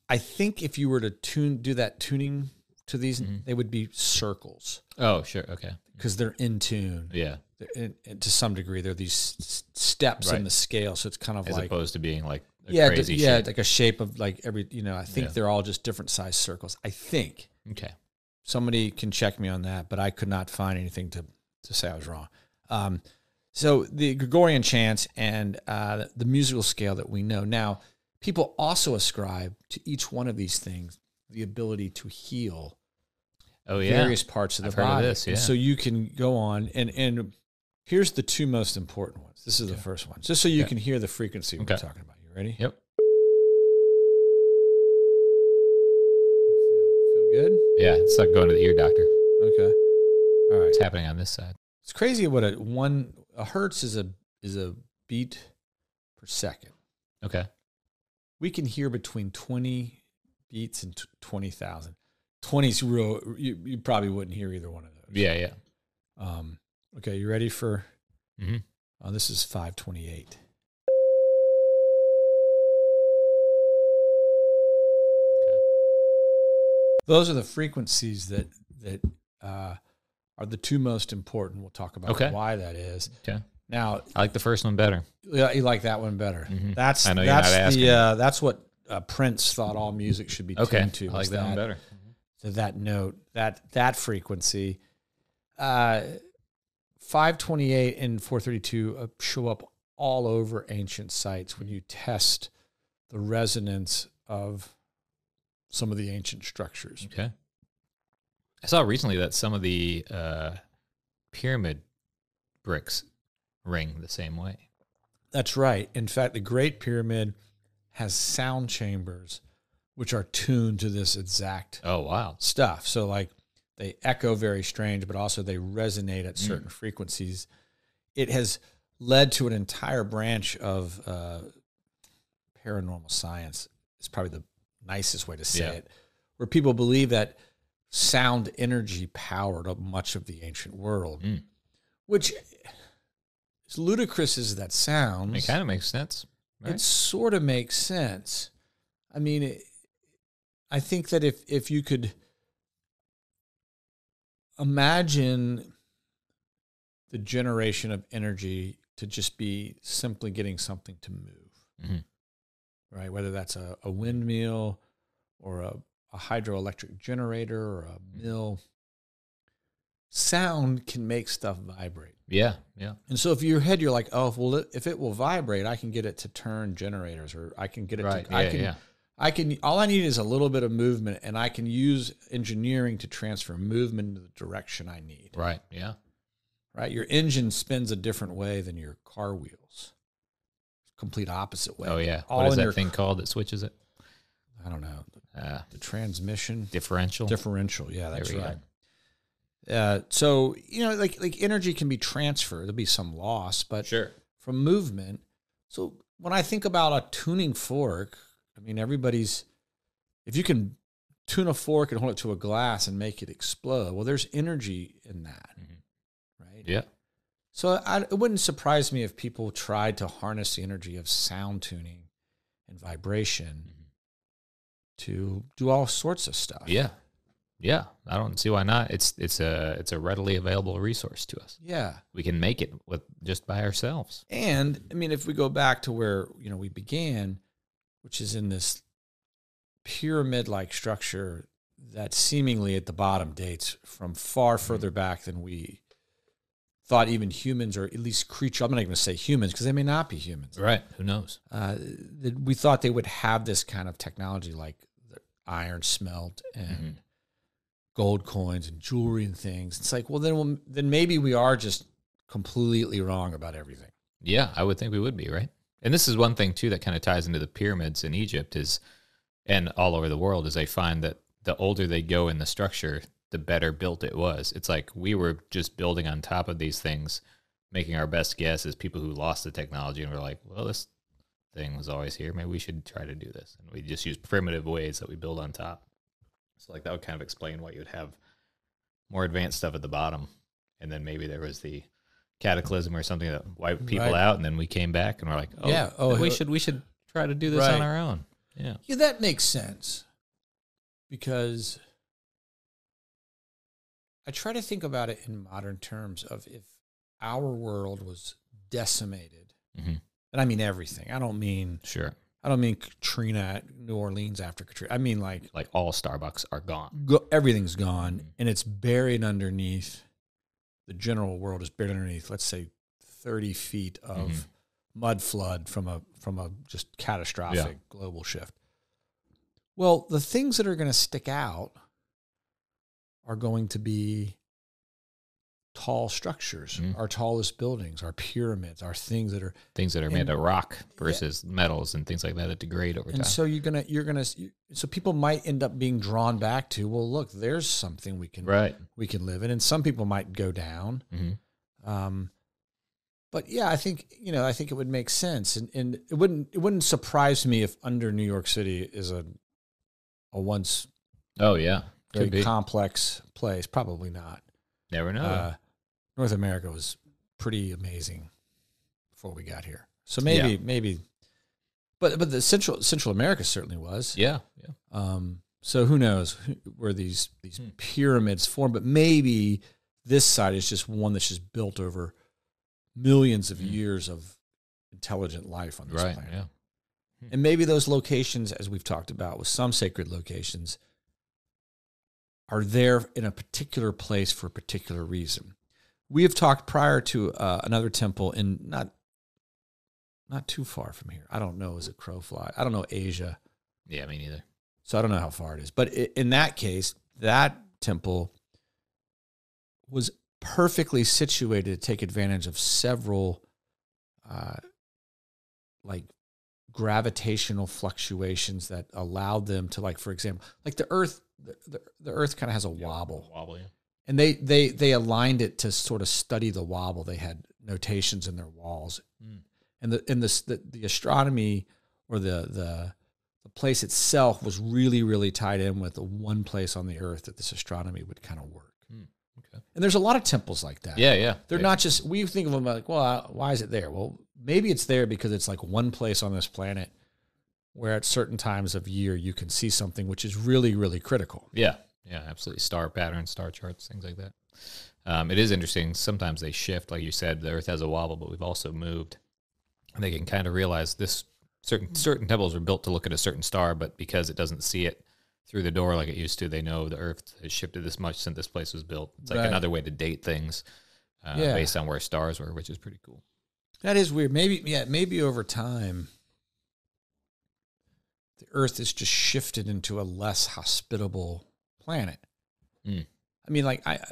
Speaker 1: I think if you were to tune do that tuning to these,
Speaker 2: Mhm.
Speaker 1: they would be circles
Speaker 2: Oh, sure. Okay.
Speaker 1: because they're in tune
Speaker 2: Yeah.
Speaker 1: They're in, and to some degree. They're these s- steps in
Speaker 2: Right.
Speaker 1: the scale, so it's kind of
Speaker 2: As
Speaker 1: like
Speaker 2: opposed to being like a
Speaker 1: yeah, d-
Speaker 2: crazy
Speaker 1: yeah,
Speaker 2: shit.
Speaker 1: like a shape of like every you know. I think
Speaker 2: Yeah.
Speaker 1: they're all just different size circles. I think
Speaker 2: Okay.
Speaker 1: somebody can check me on that, but I could not find anything to to say I was wrong. Um, so the Gregorian chants and uh, the musical scale that we know now, people also ascribe to each one of these things the ability to heal
Speaker 2: Oh yeah.
Speaker 1: various parts of the
Speaker 2: I've heard of
Speaker 1: body.
Speaker 2: this,
Speaker 1: And
Speaker 2: yeah.
Speaker 1: so you can go on and and here's the two most important ones. This is the
Speaker 2: Okay.
Speaker 1: first one, just so you
Speaker 2: Okay.
Speaker 1: can hear the frequency
Speaker 2: Okay.
Speaker 1: we're talking about. You ready?
Speaker 2: Yep.
Speaker 1: Feel, feel good?
Speaker 2: Yeah. It's like going to the ear doctor.
Speaker 1: Okay. All right.
Speaker 2: It's happening on this side.
Speaker 1: It's crazy what a one a hertz is a is a beat per second.
Speaker 2: Okay.
Speaker 1: We can hear between twenty beats and t- twenty thousand. Twenty's real. You, you probably wouldn't hear either one of those.
Speaker 2: Yeah. Yeah.
Speaker 1: Um, okay. You ready for?
Speaker 2: Mhm.
Speaker 1: Oh, this is five twenty eight. Those are the frequencies that that uh, are the two most important. We'll talk about
Speaker 2: Okay.
Speaker 1: why that is.
Speaker 2: Okay.
Speaker 1: Now,
Speaker 2: I like the first one better.
Speaker 1: Yeah, you like that one better.
Speaker 2: Mhm.
Speaker 1: That's
Speaker 2: I know you're
Speaker 1: that's
Speaker 2: not asking.
Speaker 1: the uh, that's what uh, Prince thought all music should be
Speaker 2: Okay.
Speaker 1: tuned to.
Speaker 2: I like
Speaker 1: was
Speaker 2: that, one better.
Speaker 1: To that note, that that frequency, uh, five twenty eight and four thirty two uh, show up all over ancient sites when you test the resonance of some of the ancient structures.
Speaker 2: Okay. I saw recently that some of the uh, pyramid bricks ring the same way.
Speaker 1: That's right. In fact, the Great Pyramid has sound chambers which are tuned to this exact
Speaker 2: Oh wow.
Speaker 1: stuff. So like they echo very strange, but also they resonate at
Speaker 2: Mm.
Speaker 1: certain frequencies. It has led to an entire branch of uh, paranormal science. It's probably the nicest way to say
Speaker 2: Yeah.
Speaker 1: it, where people believe that sound energy powered up much of the ancient world,
Speaker 2: Mm.
Speaker 1: which as ludicrous as that sounds,
Speaker 2: It kind of makes sense. Right?
Speaker 1: it sort of makes sense. I mean, it, I think that if if you could imagine the generation of energy to just be simply getting something to move,
Speaker 2: Mhm.
Speaker 1: right? Whether that's a, a windmill or a, a hydroelectric generator or a mill, sound can make stuff vibrate.
Speaker 2: yeah. Yeah.
Speaker 1: And so if your head, you're like, oh, well, if it will vibrate, I can get it to turn generators, or I can get it.
Speaker 2: Right.
Speaker 1: to,
Speaker 2: Yeah.
Speaker 1: I can,
Speaker 2: yeah.
Speaker 1: I can. All I need is a little bit of movement, and I can use engineering to transfer movement into the direction I need. Right.
Speaker 2: Right. Yeah.
Speaker 1: Your engine spins a different way than your car wheels. Complete opposite way.
Speaker 2: Oh yeah.
Speaker 1: All
Speaker 2: what is
Speaker 1: in
Speaker 2: that
Speaker 1: your-
Speaker 2: thing called that switches it?
Speaker 1: I don't know the,
Speaker 2: Uh,
Speaker 1: the transmission
Speaker 2: differential.
Speaker 1: differential. Yeah, that's
Speaker 2: we go.
Speaker 1: right. Uh, so you know, like like energy can be transferred. There'll be some loss, but
Speaker 2: Sure.
Speaker 1: from movement. So when I think about a tuning fork, I mean everybody's if you can tuna fork and hold it to a glass and make it explode. Well, there's energy in that,
Speaker 2: Mhm.
Speaker 1: right?
Speaker 2: Yeah.
Speaker 1: So I, it wouldn't surprise me if people tried to harness the energy of sound tuning and vibration to do all sorts of stuff.
Speaker 2: Yeah. Yeah. I don't see why not. It's it's a it's a readily available resource to us.
Speaker 1: Yeah.
Speaker 2: We can make it with just by ourselves.
Speaker 1: And I mean, if we go back to where you know we began, which is in this pyramid-like structure that seemingly at the bottom dates from far further back than we thought even humans or at least creature i'm not even going to say humans because they may not be humans
Speaker 2: Right. Who knows?
Speaker 1: uh, that we thought they would have this kind of technology like the iron smelt and gold coins and jewelry and things it's like well then we'll, then maybe we are just completely wrong about everything
Speaker 2: Yeah, I would think we would be, right? And this is one thing too that kind of ties into the pyramids in Egypt is and all over the world is they find that the older they go in the structure, the better built it was. It's like we were just building on top of these things, making our best guess as people who lost the technology and were like, well, this thing was always here. Maybe we should try to do this. And we just use primitive ways that we build on top. So like that would kind of explain why you would have more advanced stuff at the bottom. And then maybe there was the cataclysm or something that wiped people
Speaker 1: Right.
Speaker 2: out and then we came back and we're like, oh,
Speaker 1: Yeah, oh,
Speaker 2: we
Speaker 1: it-
Speaker 2: should we should try to do this on
Speaker 1: Right.
Speaker 2: our own. Yeah.
Speaker 1: Yeah, that makes sense. Because I try to think about it in modern terms of if our world was decimated,
Speaker 2: hmm
Speaker 1: and I mean everything. I don't mean
Speaker 2: Sure.
Speaker 1: I don't mean Katrina, New Orleans after Katrina. I mean like
Speaker 2: Like all Starbucks are gone.
Speaker 1: go, everything's gone and it's buried underneath the general world is buried underneath let's say 30 feet of
Speaker 2: Mhm.
Speaker 1: mud flood from a from a just catastrophic global shift well the things that are going to stick out are going to be tall structures
Speaker 2: Mhm.
Speaker 1: our tallest buildings our pyramids our things that are
Speaker 2: Things that are made
Speaker 1: And-
Speaker 2: of rock versus metals and things like that that degrade over time.
Speaker 1: and so you're gonna you're gonna so people might end up being drawn back to well look there's something we can
Speaker 2: right.
Speaker 1: we can live in. And some people might go down.
Speaker 2: hmm
Speaker 1: Um, but yeah, I think you know, I think it would make sense, and, and it wouldn't it wouldn't surprise me if under New York City is a a once
Speaker 2: Oh yeah. Could
Speaker 1: very
Speaker 2: be.
Speaker 1: complex place. Probably not.
Speaker 2: Never know.
Speaker 1: Uh, North America was pretty amazing before we got here, so maybe maybe, but but the Central Central America certainly was.
Speaker 2: yeah. Yeah.
Speaker 1: Um, so who knows who- where these these
Speaker 2: Hmm.
Speaker 1: pyramids form? But maybe this side is just one that's just built over millions of
Speaker 2: Hmm.
Speaker 1: years of intelligent life on this
Speaker 2: Right.
Speaker 1: planet.
Speaker 2: Yeah.
Speaker 1: And maybe those locations, as we've talked about with some sacred locations, are there in a particular place for a particular reason. We have talked prior to uh, another temple in not not too far from here. I don't know, is it crow fly? I don't know Asia.
Speaker 2: Yeah. Me neither.
Speaker 1: So I don't know how far it is. But i- in that case, that temple was perfectly situated to take advantage of several uh, like gravitational fluctuations that allowed them to like for example like the earth the, the, the earth kind of has a wobble
Speaker 2: Wobble. Yeah.
Speaker 1: and they they they aligned it to sort of study the wobble they had notations in their walls
Speaker 2: Mm.
Speaker 1: and the and the, the the astronomy or the the the place itself was really really tied in with the one place on the earth that this astronomy would kind of work
Speaker 2: Hmm. Okay.
Speaker 1: and there's a lot of temples like that
Speaker 2: Yeah. Yeah.
Speaker 1: they're
Speaker 2: They-
Speaker 1: not just we think of them like well uh, why is it there well maybe it's there because it's like one place on this planet where at certain times of year you can see something which is really really critical
Speaker 2: Yeah, yeah, absolutely. Star patterns, star charts, things like that. Um, it is interesting. Sometimes they shift, like you said. The Earth has a wobble, but we've also moved, and they can kind of realize this. Certain
Speaker 1: Mm.
Speaker 2: certain temples were built to look at a certain star, but because it doesn't see it through the door like it used to, they know the Earth has shifted this much since this place was built. It's like
Speaker 1: Right.
Speaker 2: another way to date things uh,
Speaker 1: Yeah.
Speaker 2: based on where stars were, which is pretty cool.
Speaker 1: That is weird. Maybe yeah, maybe over time the earth is just shifted into a less hospitable planet.
Speaker 2: Mm.
Speaker 1: I mean like I I-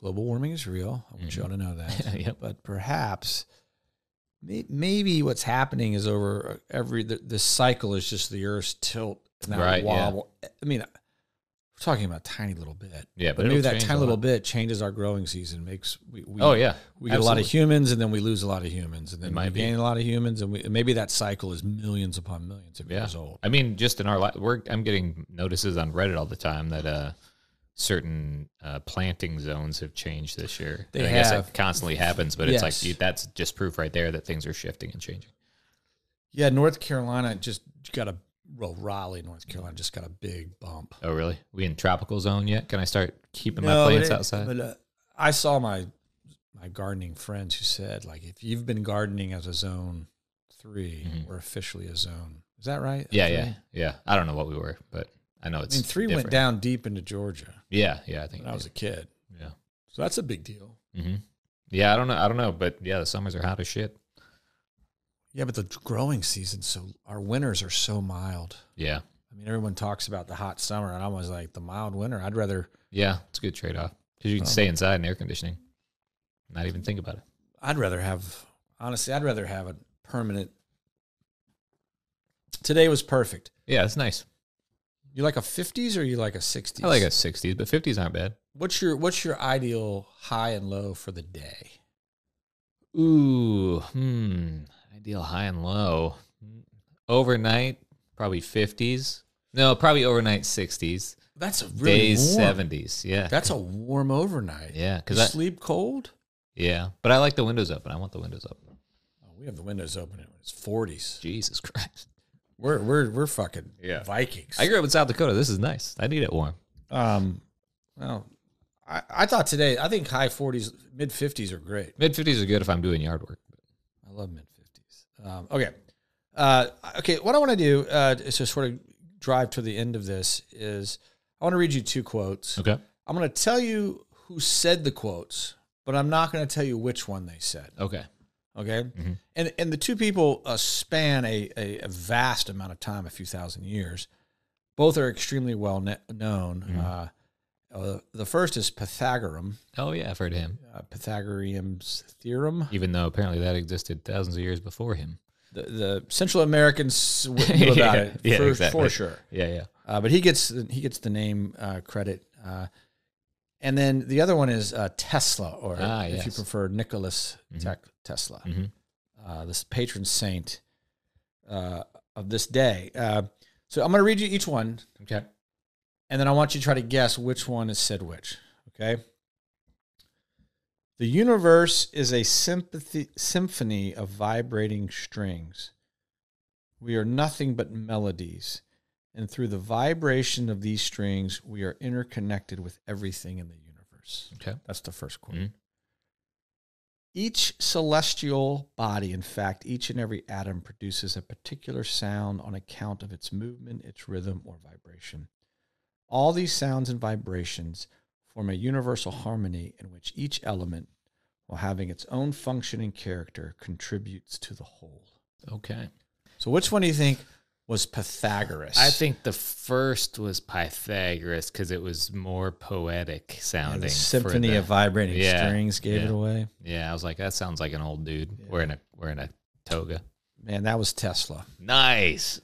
Speaker 1: global warming is real. I want
Speaker 2: Mm-hmm.
Speaker 1: y'all to know that.
Speaker 2: Yep.
Speaker 1: But perhaps may- maybe what's happening is over uh, every the, the cycle is just the earth's tilt and that
Speaker 2: Right, yeah.
Speaker 1: wobble. I mean We're talking about a tiny little bit.
Speaker 2: Yeah, but
Speaker 1: But maybe
Speaker 2: it'll
Speaker 1: that
Speaker 2: change
Speaker 1: tiny
Speaker 2: a
Speaker 1: little
Speaker 2: lot.
Speaker 1: bit changes our growing season. Makes we, we
Speaker 2: oh yeah,
Speaker 1: we get a lot of
Speaker 2: absolutely.
Speaker 1: humans and then we lose a lot of humans and then
Speaker 2: It
Speaker 1: we
Speaker 2: might be.
Speaker 1: gain a lot of humans and we, maybe that cycle is millions upon millions of
Speaker 2: Yeah.
Speaker 1: years old.
Speaker 2: I mean, just in our life, we're I'm getting notices on Reddit all the time that uh, certain uh, planting zones have changed this year.
Speaker 1: They
Speaker 2: And I guess
Speaker 1: have.
Speaker 2: it constantly happens, but
Speaker 1: Yes.
Speaker 2: it's like that's just proof right there that things are shifting and changing.
Speaker 1: Yeah, North Carolina just got a well, Raleigh, North Carolina just got a big bump.
Speaker 2: Oh, really? We in tropical zone yet? Can I start keeping
Speaker 1: No,
Speaker 2: my
Speaker 1: but
Speaker 2: plants
Speaker 1: it-
Speaker 2: outside?
Speaker 1: But uh, I saw my my gardening friends who said like if you've been gardening as a zone 3
Speaker 2: Mhm.
Speaker 1: we're officially a zone. Is that right?
Speaker 2: yeah,
Speaker 1: Three?
Speaker 2: yeah, yeah. I don't know what we were, but I know
Speaker 1: I
Speaker 2: it's.
Speaker 1: mean, three went
Speaker 2: different.
Speaker 1: down deep into Georgia
Speaker 2: Yeah, yeah. I think
Speaker 1: when I was a kid,
Speaker 2: yeah.
Speaker 1: so that's a big deal.
Speaker 2: hmm Yeah, I don't know. I don't know, but yeah, the summers are hot as shit.
Speaker 1: Yeah, but the growing season, so our winters are so mild.
Speaker 2: Yeah,
Speaker 1: I mean, everyone talks about the hot summer, and I'm always like the mild winter. I'd rather
Speaker 2: yeah, it's a good trade off because you can
Speaker 1: Um,
Speaker 2: stay inside in air conditioning, not even think about it.
Speaker 1: I'd rather have honestly, I'd rather have a permanent. Today was perfect.
Speaker 2: Yeah, it's nice.
Speaker 1: You like a 50s or you like a 60s?
Speaker 2: I like a 60s, but 50s aren't bad.
Speaker 1: What's your What's your ideal high and low for the day?
Speaker 2: Ooh, hmm. Ideal high and low. Overnight, probably 50s. No, probably overnight 60s.
Speaker 1: That's a really
Speaker 2: Days
Speaker 1: warm.
Speaker 2: 70s. Yeah.
Speaker 1: That's a warm overnight.
Speaker 2: yeah.
Speaker 1: You
Speaker 2: Cause I,
Speaker 1: sleep cold.
Speaker 2: yeah. But I like the windows open. I want the windows open.
Speaker 1: Oh, we have the windows open. and It's 40s.
Speaker 2: Jesus Christ.
Speaker 1: We're we're we're fucking
Speaker 2: Yeah.
Speaker 1: Vikings.
Speaker 2: I grew up in South Dakota. This is nice. I need it warm.
Speaker 1: Um, well, I, I thought today, I think high 40s, mid 50s are great.
Speaker 2: Mid 50s are good if I'm doing yard work.
Speaker 1: I love mid 50s. Um, okay. Uh, okay. What I want to do uh, is to sort of drive to the end of this is I want to read you two quotes.
Speaker 2: Okay.
Speaker 1: I'm going to tell you who said the quotes, but I'm not going to tell you which one they said.
Speaker 2: Okay.
Speaker 1: Okay. And, and the two people uh, span a, a, a vast amount of time, a few thousand years. Both are extremely well kn- known. Uh, uh, the first is Pythagorean.
Speaker 2: Oh, yeah. I've heard of him,
Speaker 1: uh, Pythagorean's theorem.
Speaker 2: even though apparently that existed thousands of years before him.
Speaker 1: The, the Central Americans w- knew about
Speaker 2: Yeah,
Speaker 1: it
Speaker 2: yeah,
Speaker 1: for,
Speaker 2: exactly.
Speaker 1: for sure,
Speaker 2: Yeah. Yeah.
Speaker 1: uh, but he gets he gets the name uh, credit. Uh, and then the other one is uh, Tesla, or
Speaker 2: Ah,
Speaker 1: if you
Speaker 2: yes.
Speaker 1: prefer, Nicholas
Speaker 2: Mhm.
Speaker 1: Tec- Tesla,
Speaker 2: Mhm.
Speaker 1: uh, this patron saint uh, of this day. Uh, so I'm going to read you each one,
Speaker 2: Okay.
Speaker 1: and then I want you to try to guess which one is said which. Okay. The universe is a sympathy, symphony of vibrating strings. We are nothing but melodies. And through the vibration of these strings, we are interconnected with everything in the universe.
Speaker 2: Okay.
Speaker 1: That's the first quote.
Speaker 2: Mhm.
Speaker 1: Each celestial body, in fact, each and every atom produces a particular sound on account of its movement, its rhythm, or vibration. All these sounds and vibrations form a universal harmony in which each element, while having its own function and character, contributes to the whole.
Speaker 2: Okay.
Speaker 1: So, which one do you think was Pythagoras?
Speaker 2: I think the first was Pythagoras because it was more poetic
Speaker 1: Yeah,
Speaker 2: sounding.
Speaker 1: the
Speaker 2: for
Speaker 1: symphony
Speaker 2: the-
Speaker 1: of vibrating
Speaker 2: Yeah,
Speaker 1: strings gave it
Speaker 2: yeah.
Speaker 1: away.
Speaker 2: Yeah, I was like, that sounds like an old dude wearing a wearing a toga.
Speaker 1: Man, that was Tesla.
Speaker 2: Nice.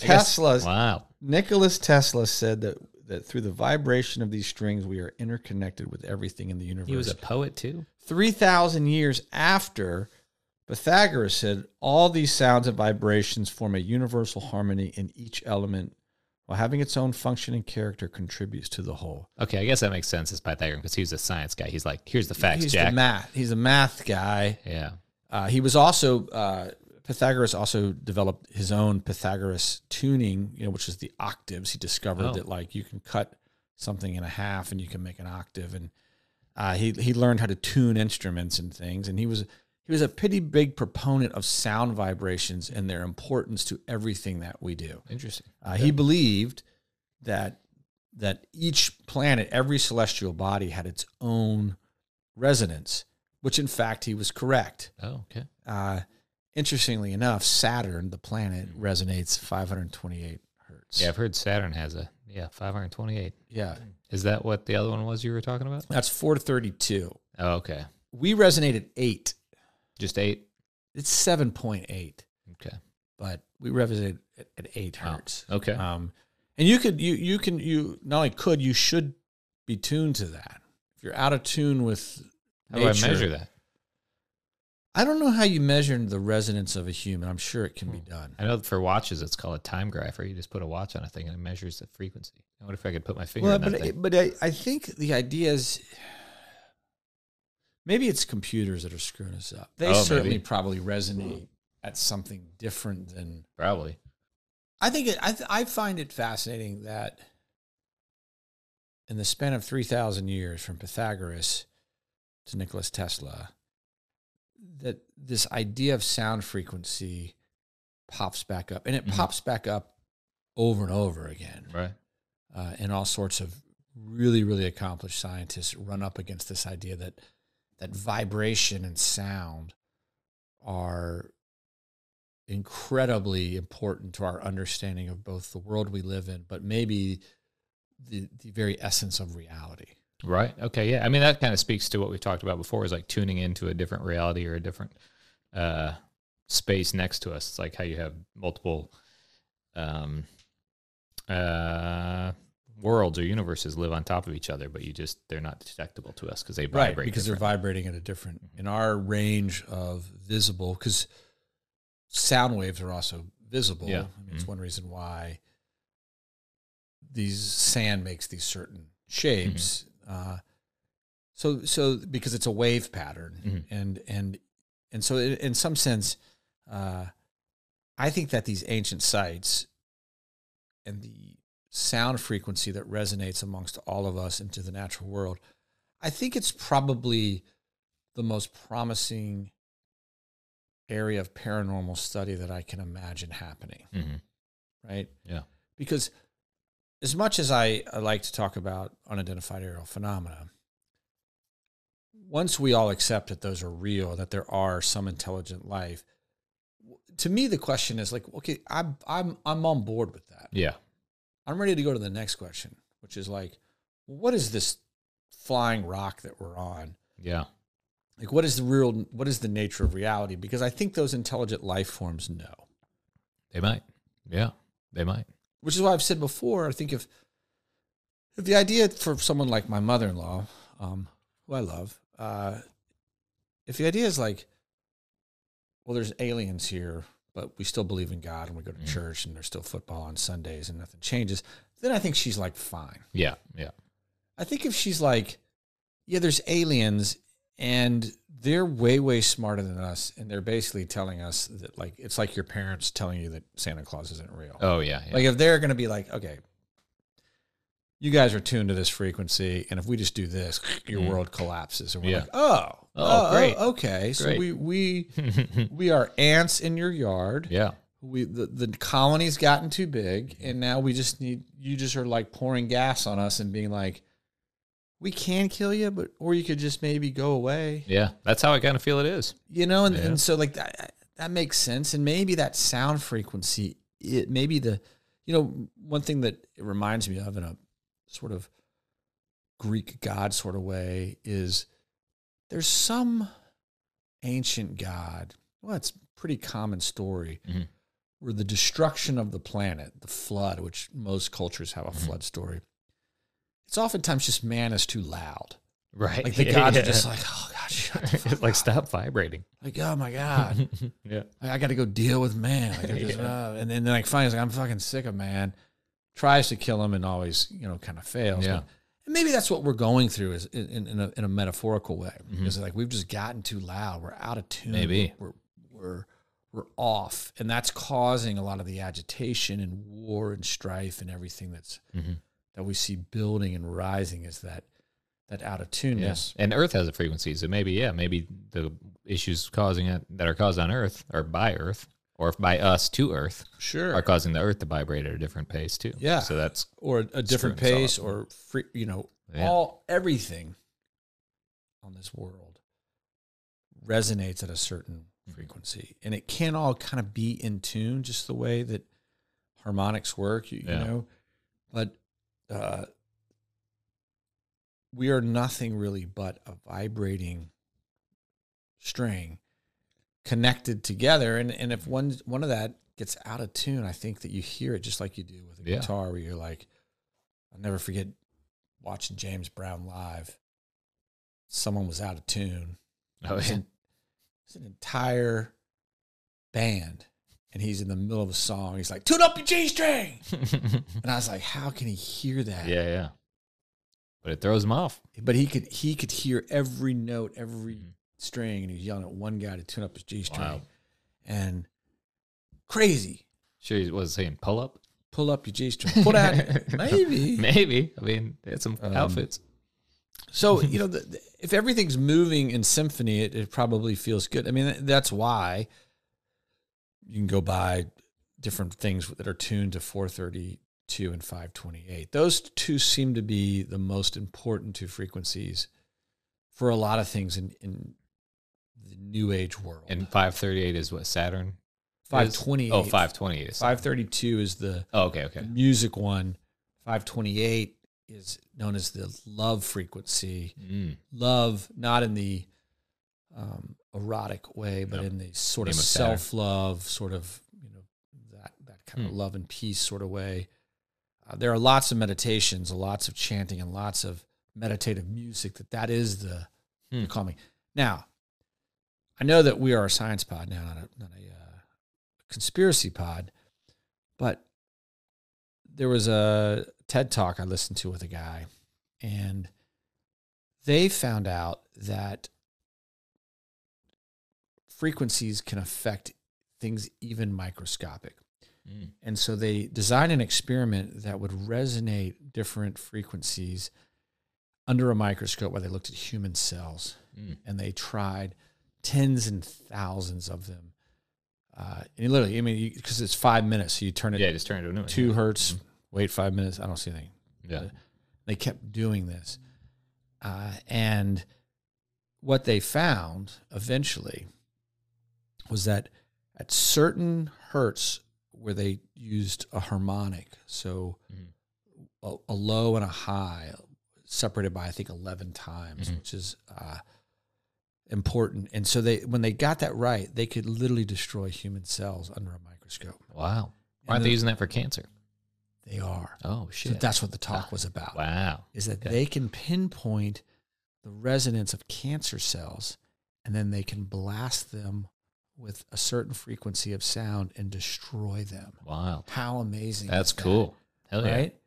Speaker 2: I guess-
Speaker 1: Tesla,
Speaker 2: Wow.
Speaker 1: Nicholas Tesla said that that through the vibration of these strings, we are interconnected with everything in the universe.
Speaker 2: He was a poet too.
Speaker 1: 3,000 years after Pythagoras said, all these sounds and vibrations form a universal harmony in each element, while having its own function and character contributes to the whole.
Speaker 2: Okay, I guess that makes sense. It's Pythagoras because he was a science guy. He's like, here's the facts,
Speaker 1: He's
Speaker 2: Jack.
Speaker 1: the math. He's a math guy.
Speaker 2: yeah.
Speaker 1: Uh, he was also uh, Pythagoras also developed his own Pythagoras tuning, you know, which is the octaves. He discovered
Speaker 2: Oh.
Speaker 1: that like you can cut something in a half and you can make an octave, and uh, he he learned how to tune instruments and things. And he was he was a pretty big proponent of sound vibrations and their importance to everything that we do.
Speaker 2: Interesting.
Speaker 1: Uh, He believed that that each planet, every celestial body, had its own resonance, which in fact he was correct.
Speaker 2: Oh, okay.
Speaker 1: Uh, interestingly enough, Saturn, the planet, resonates 528 hertz.
Speaker 2: Yeah, I've heard Saturn has a yeah, five hundred twenty eight.
Speaker 1: Yeah.
Speaker 2: Is that what the other one was you were talking about?
Speaker 1: That's 432.
Speaker 2: Oh, okay.
Speaker 1: We resonate at 8.
Speaker 2: Just eight.
Speaker 1: It's 7.8,
Speaker 2: Okay.
Speaker 1: but we resonate at, at 8
Speaker 2: Wow.
Speaker 1: hertz.
Speaker 2: Okay.
Speaker 1: Um, And you could you you can you not only could you should be tuned to that. If you're out of tune with
Speaker 2: How do I
Speaker 1: nature-
Speaker 2: measure that?
Speaker 1: I don't know how you measure the resonance of a human. I'm sure it can
Speaker 2: Hmm.
Speaker 1: be done.
Speaker 2: I know for watches it's called a time grapher. You just put a watch on a thing and it measures the frequency. I wonder if I could put my finger
Speaker 1: Well,
Speaker 2: on that
Speaker 1: but
Speaker 2: thing.
Speaker 1: it- but I, I think the idea is maybe it's computers that are screwing us up. They
Speaker 2: Oh, maybe. Hmm.
Speaker 1: certainly probably resonate at something different than
Speaker 2: Probably.
Speaker 1: I think it, I th- I find it fascinating that in the span of three thousand years, from Pythagoras to Nikola Tesla, that this idea of sound frequency pops back up, and it
Speaker 2: Mhm.
Speaker 1: pops back up over and over again
Speaker 2: Right.
Speaker 1: uh, and all sorts of really really accomplished scientists run up against this idea that that vibration and sound are incredibly important to our understanding of both the world we live in but maybe the the very essence of reality
Speaker 2: Right. Okay. Yeah. I mean, that kind of speaks to what we've talked about before is like tuning into a different reality or a different uh, space next to us. It's like how you have multiple um, uh, worlds or universes live on top of each other, but you just, they're not detectable to us because they vibrate.
Speaker 1: because
Speaker 2: different. Mm-hmm.
Speaker 1: they're vibrating at a different in our range of visible because sound waves are also visible
Speaker 2: Yeah. Mm-hmm.
Speaker 1: I mean, it's one reason why these sand makes these certain shapes uh, so so because it's a wave pattern
Speaker 2: Mhm.
Speaker 1: and and and so in, in some sense uh, i think that these ancient sites and the sound frequency that resonates amongst all of us into the natural world I think it's probably the most promising area of paranormal study that I can imagine happening,
Speaker 2: Mhm.
Speaker 1: right?
Speaker 2: Yeah.
Speaker 1: Because as much as I, I like to talk about unidentified aerial phenomena, once we all accept that those are real, that there are some intelligent life, w- to me the question is like, okay, I'm I'm I'm on board with that.
Speaker 2: Yeah.
Speaker 1: I'm ready to go to the next question, which is like, what is this flying rock that we're on?
Speaker 2: Yeah.
Speaker 1: like what is the real what is the nature of reality because i think those intelligent life forms know
Speaker 2: They might. Yeah. They might.
Speaker 1: which is why i've said before i think if, if the idea for someone like my mother-in-law um, who i love uh, if the idea is like well there's aliens here but we still believe in god and we go to church and there's still football on sundays and nothing changes then i think she's like fine
Speaker 2: Yeah. Yeah.
Speaker 1: I think if she's like, yeah, there's aliens and they're way, way smarter than us. And they're basically telling us that, like, it's like your parents telling you that Santa Claus isn't real.
Speaker 2: Oh, yeah. yeah.
Speaker 1: Like, if they're going to be like, okay, you guys are tuned to this frequency. And if we just do this, your
Speaker 2: Mm.
Speaker 1: world collapses. And we're
Speaker 2: Yeah.
Speaker 1: like, oh, oh,
Speaker 2: great.
Speaker 1: oh, okay. So
Speaker 2: Great.
Speaker 1: we, we, we are ants in your yard
Speaker 2: yeah. Mm-hmm.
Speaker 1: we the, the colony's gotten too big and now we just need you just are like pouring gas on us and being like we can kill you but or you could just maybe go away
Speaker 2: Yeah. That's how I kind of feel it is.
Speaker 1: you know and,
Speaker 2: Yeah.
Speaker 1: and so like that that makes sense and maybe that sound frequency it maybe the you know one thing that it reminds me of in a sort of greek god sort of way is there's some ancient god well it's a pretty common story
Speaker 2: Mhm.
Speaker 1: where the destruction of the planet the flood which most cultures have a
Speaker 2: Mm-hmm.
Speaker 1: flood story it's oftentimes just man is too loud
Speaker 2: Right.
Speaker 1: like the
Speaker 2: Yeah,
Speaker 1: gods
Speaker 2: yeah.
Speaker 1: are just like oh god shut the
Speaker 2: it's
Speaker 1: fuck
Speaker 2: like
Speaker 1: up."
Speaker 2: stop vibrating.
Speaker 1: like oh my god
Speaker 2: yeah.
Speaker 1: I, I got to go deal with man. Like, I just, uh, and then like finally, it's like, I'm fucking sick of man. Tries to kill him and always, you know, kind of fails.
Speaker 2: Yeah.
Speaker 1: and maybe that's what we're going through is in, in, in, a, in a metaphorical way.
Speaker 2: Mhm.
Speaker 1: Is like we've just gotten too loud. We're out of tune.
Speaker 2: Maybe.
Speaker 1: we're we're we're off, and that's causing a lot of the agitation and war and strife and everything that's
Speaker 2: Mhm.
Speaker 1: that we see building and rising. Is that that out of tuneness?
Speaker 2: Yes. And Earth has a frequency, so maybe yeah, maybe the issues causing it that are caused on Earth or by Earth or by us to Earth
Speaker 1: Sure.
Speaker 2: are causing the Earth to vibrate at a different pace too.
Speaker 1: Yeah.
Speaker 2: So that's
Speaker 1: or a- a different
Speaker 2: Screwing us
Speaker 1: pace
Speaker 2: up.
Speaker 1: or free, you know
Speaker 2: Yeah.
Speaker 1: all everything on this world resonates at a certain
Speaker 2: Mhm.
Speaker 1: frequency and it can all kind of be in tune just the way that harmonics work you, you
Speaker 2: Yeah.
Speaker 1: know but uh we are nothing really but a vibrating string connected together and and if one one of that gets out of tune, I think that you hear it just like you do with a
Speaker 2: Yeah.
Speaker 1: guitar, where you're like, I'll never forget watching James Brown live. Someone was out of tune.
Speaker 2: Oh,
Speaker 1: It's
Speaker 2: yeah.
Speaker 1: an, it's an entire band, and he's in the middle of a song. He's like, "Tune up your G string," and I was like, "How can he hear that?"
Speaker 2: yeah, yeah. But it throws them off.
Speaker 1: But he could he could hear every note, every
Speaker 2: Mhm.
Speaker 1: string, and he was yelling at one guy to tune up his G string,
Speaker 2: Wow.
Speaker 1: and crazy.
Speaker 2: Sure, he was saying pull up.
Speaker 1: Pull up your G string. Pull down. Maybe.
Speaker 2: Maybe. I mean, they had some
Speaker 1: Um,
Speaker 2: outfits.
Speaker 1: So you know, the, the- if everything's moving in symphony, it, it probably feels good. I mean, th- that's why you can go buy different things that are tuned to 432 and 528. Those two seem to be the most important two frequencies for a lot of things in, in the new age world.
Speaker 2: And 538 is what Saturn.
Speaker 1: 528.
Speaker 2: Is? Oh, 528 is.
Speaker 1: 532 is the
Speaker 2: Oh, okay, okay.
Speaker 1: the music one. 528 is known as the love frequency.
Speaker 2: Mm,
Speaker 1: love not in the um, erotic way, but
Speaker 2: No.
Speaker 1: in the sort of
Speaker 2: Name of Saturn.
Speaker 1: self love, sort of you know that that kind of
Speaker 2: Hmm.
Speaker 1: love and peace sort of way. Uh, there are lots of meditations, lots of chanting, and lots of meditative music. That that is the, the
Speaker 2: Hmm.
Speaker 1: calming. Now, I know that we are a science pod now, not a, not a uh, conspiracy pod, but there was a TED talk I listened to with a guy, and they found out that frequencies can affect things even microscopic.
Speaker 2: mm.
Speaker 1: And so they designed an experiment that would resonate different frequencies under a microscope where they looked at human cells
Speaker 2: Mm.
Speaker 1: and they tried tens and thousands of them. Uh, and literally, I mean, because it's five minutes, so you turn it
Speaker 2: Yeah, Mm-hmm. just turn it into
Speaker 1: two hertz, wait five minutes, I don't see anything
Speaker 2: Yeah.
Speaker 1: they kept doing this. Uh, and what they found eventually was that at certain hertz where they used a harmonic, so
Speaker 2: Mhm.
Speaker 1: a, a low and a high separated by I think 11 times,
Speaker 2: Mhm.
Speaker 1: which is uh, important. And so they when they got that right, they could literally destroy human cells under a microscope.
Speaker 2: Wow. Why aren't
Speaker 1: And
Speaker 2: they using that for cancer?
Speaker 1: They are.
Speaker 2: Oh,
Speaker 1: So
Speaker 2: shit.
Speaker 1: that's what the talk was about
Speaker 2: wow.
Speaker 1: is that
Speaker 2: Okay.
Speaker 1: they can pinpoint the resonance of cancer cells and then they can blast them with a certain frequency of sound and destroy them.
Speaker 2: Wow.
Speaker 1: How amazing.
Speaker 2: That's
Speaker 1: is that,
Speaker 2: cool. Hell yeah.
Speaker 1: Right?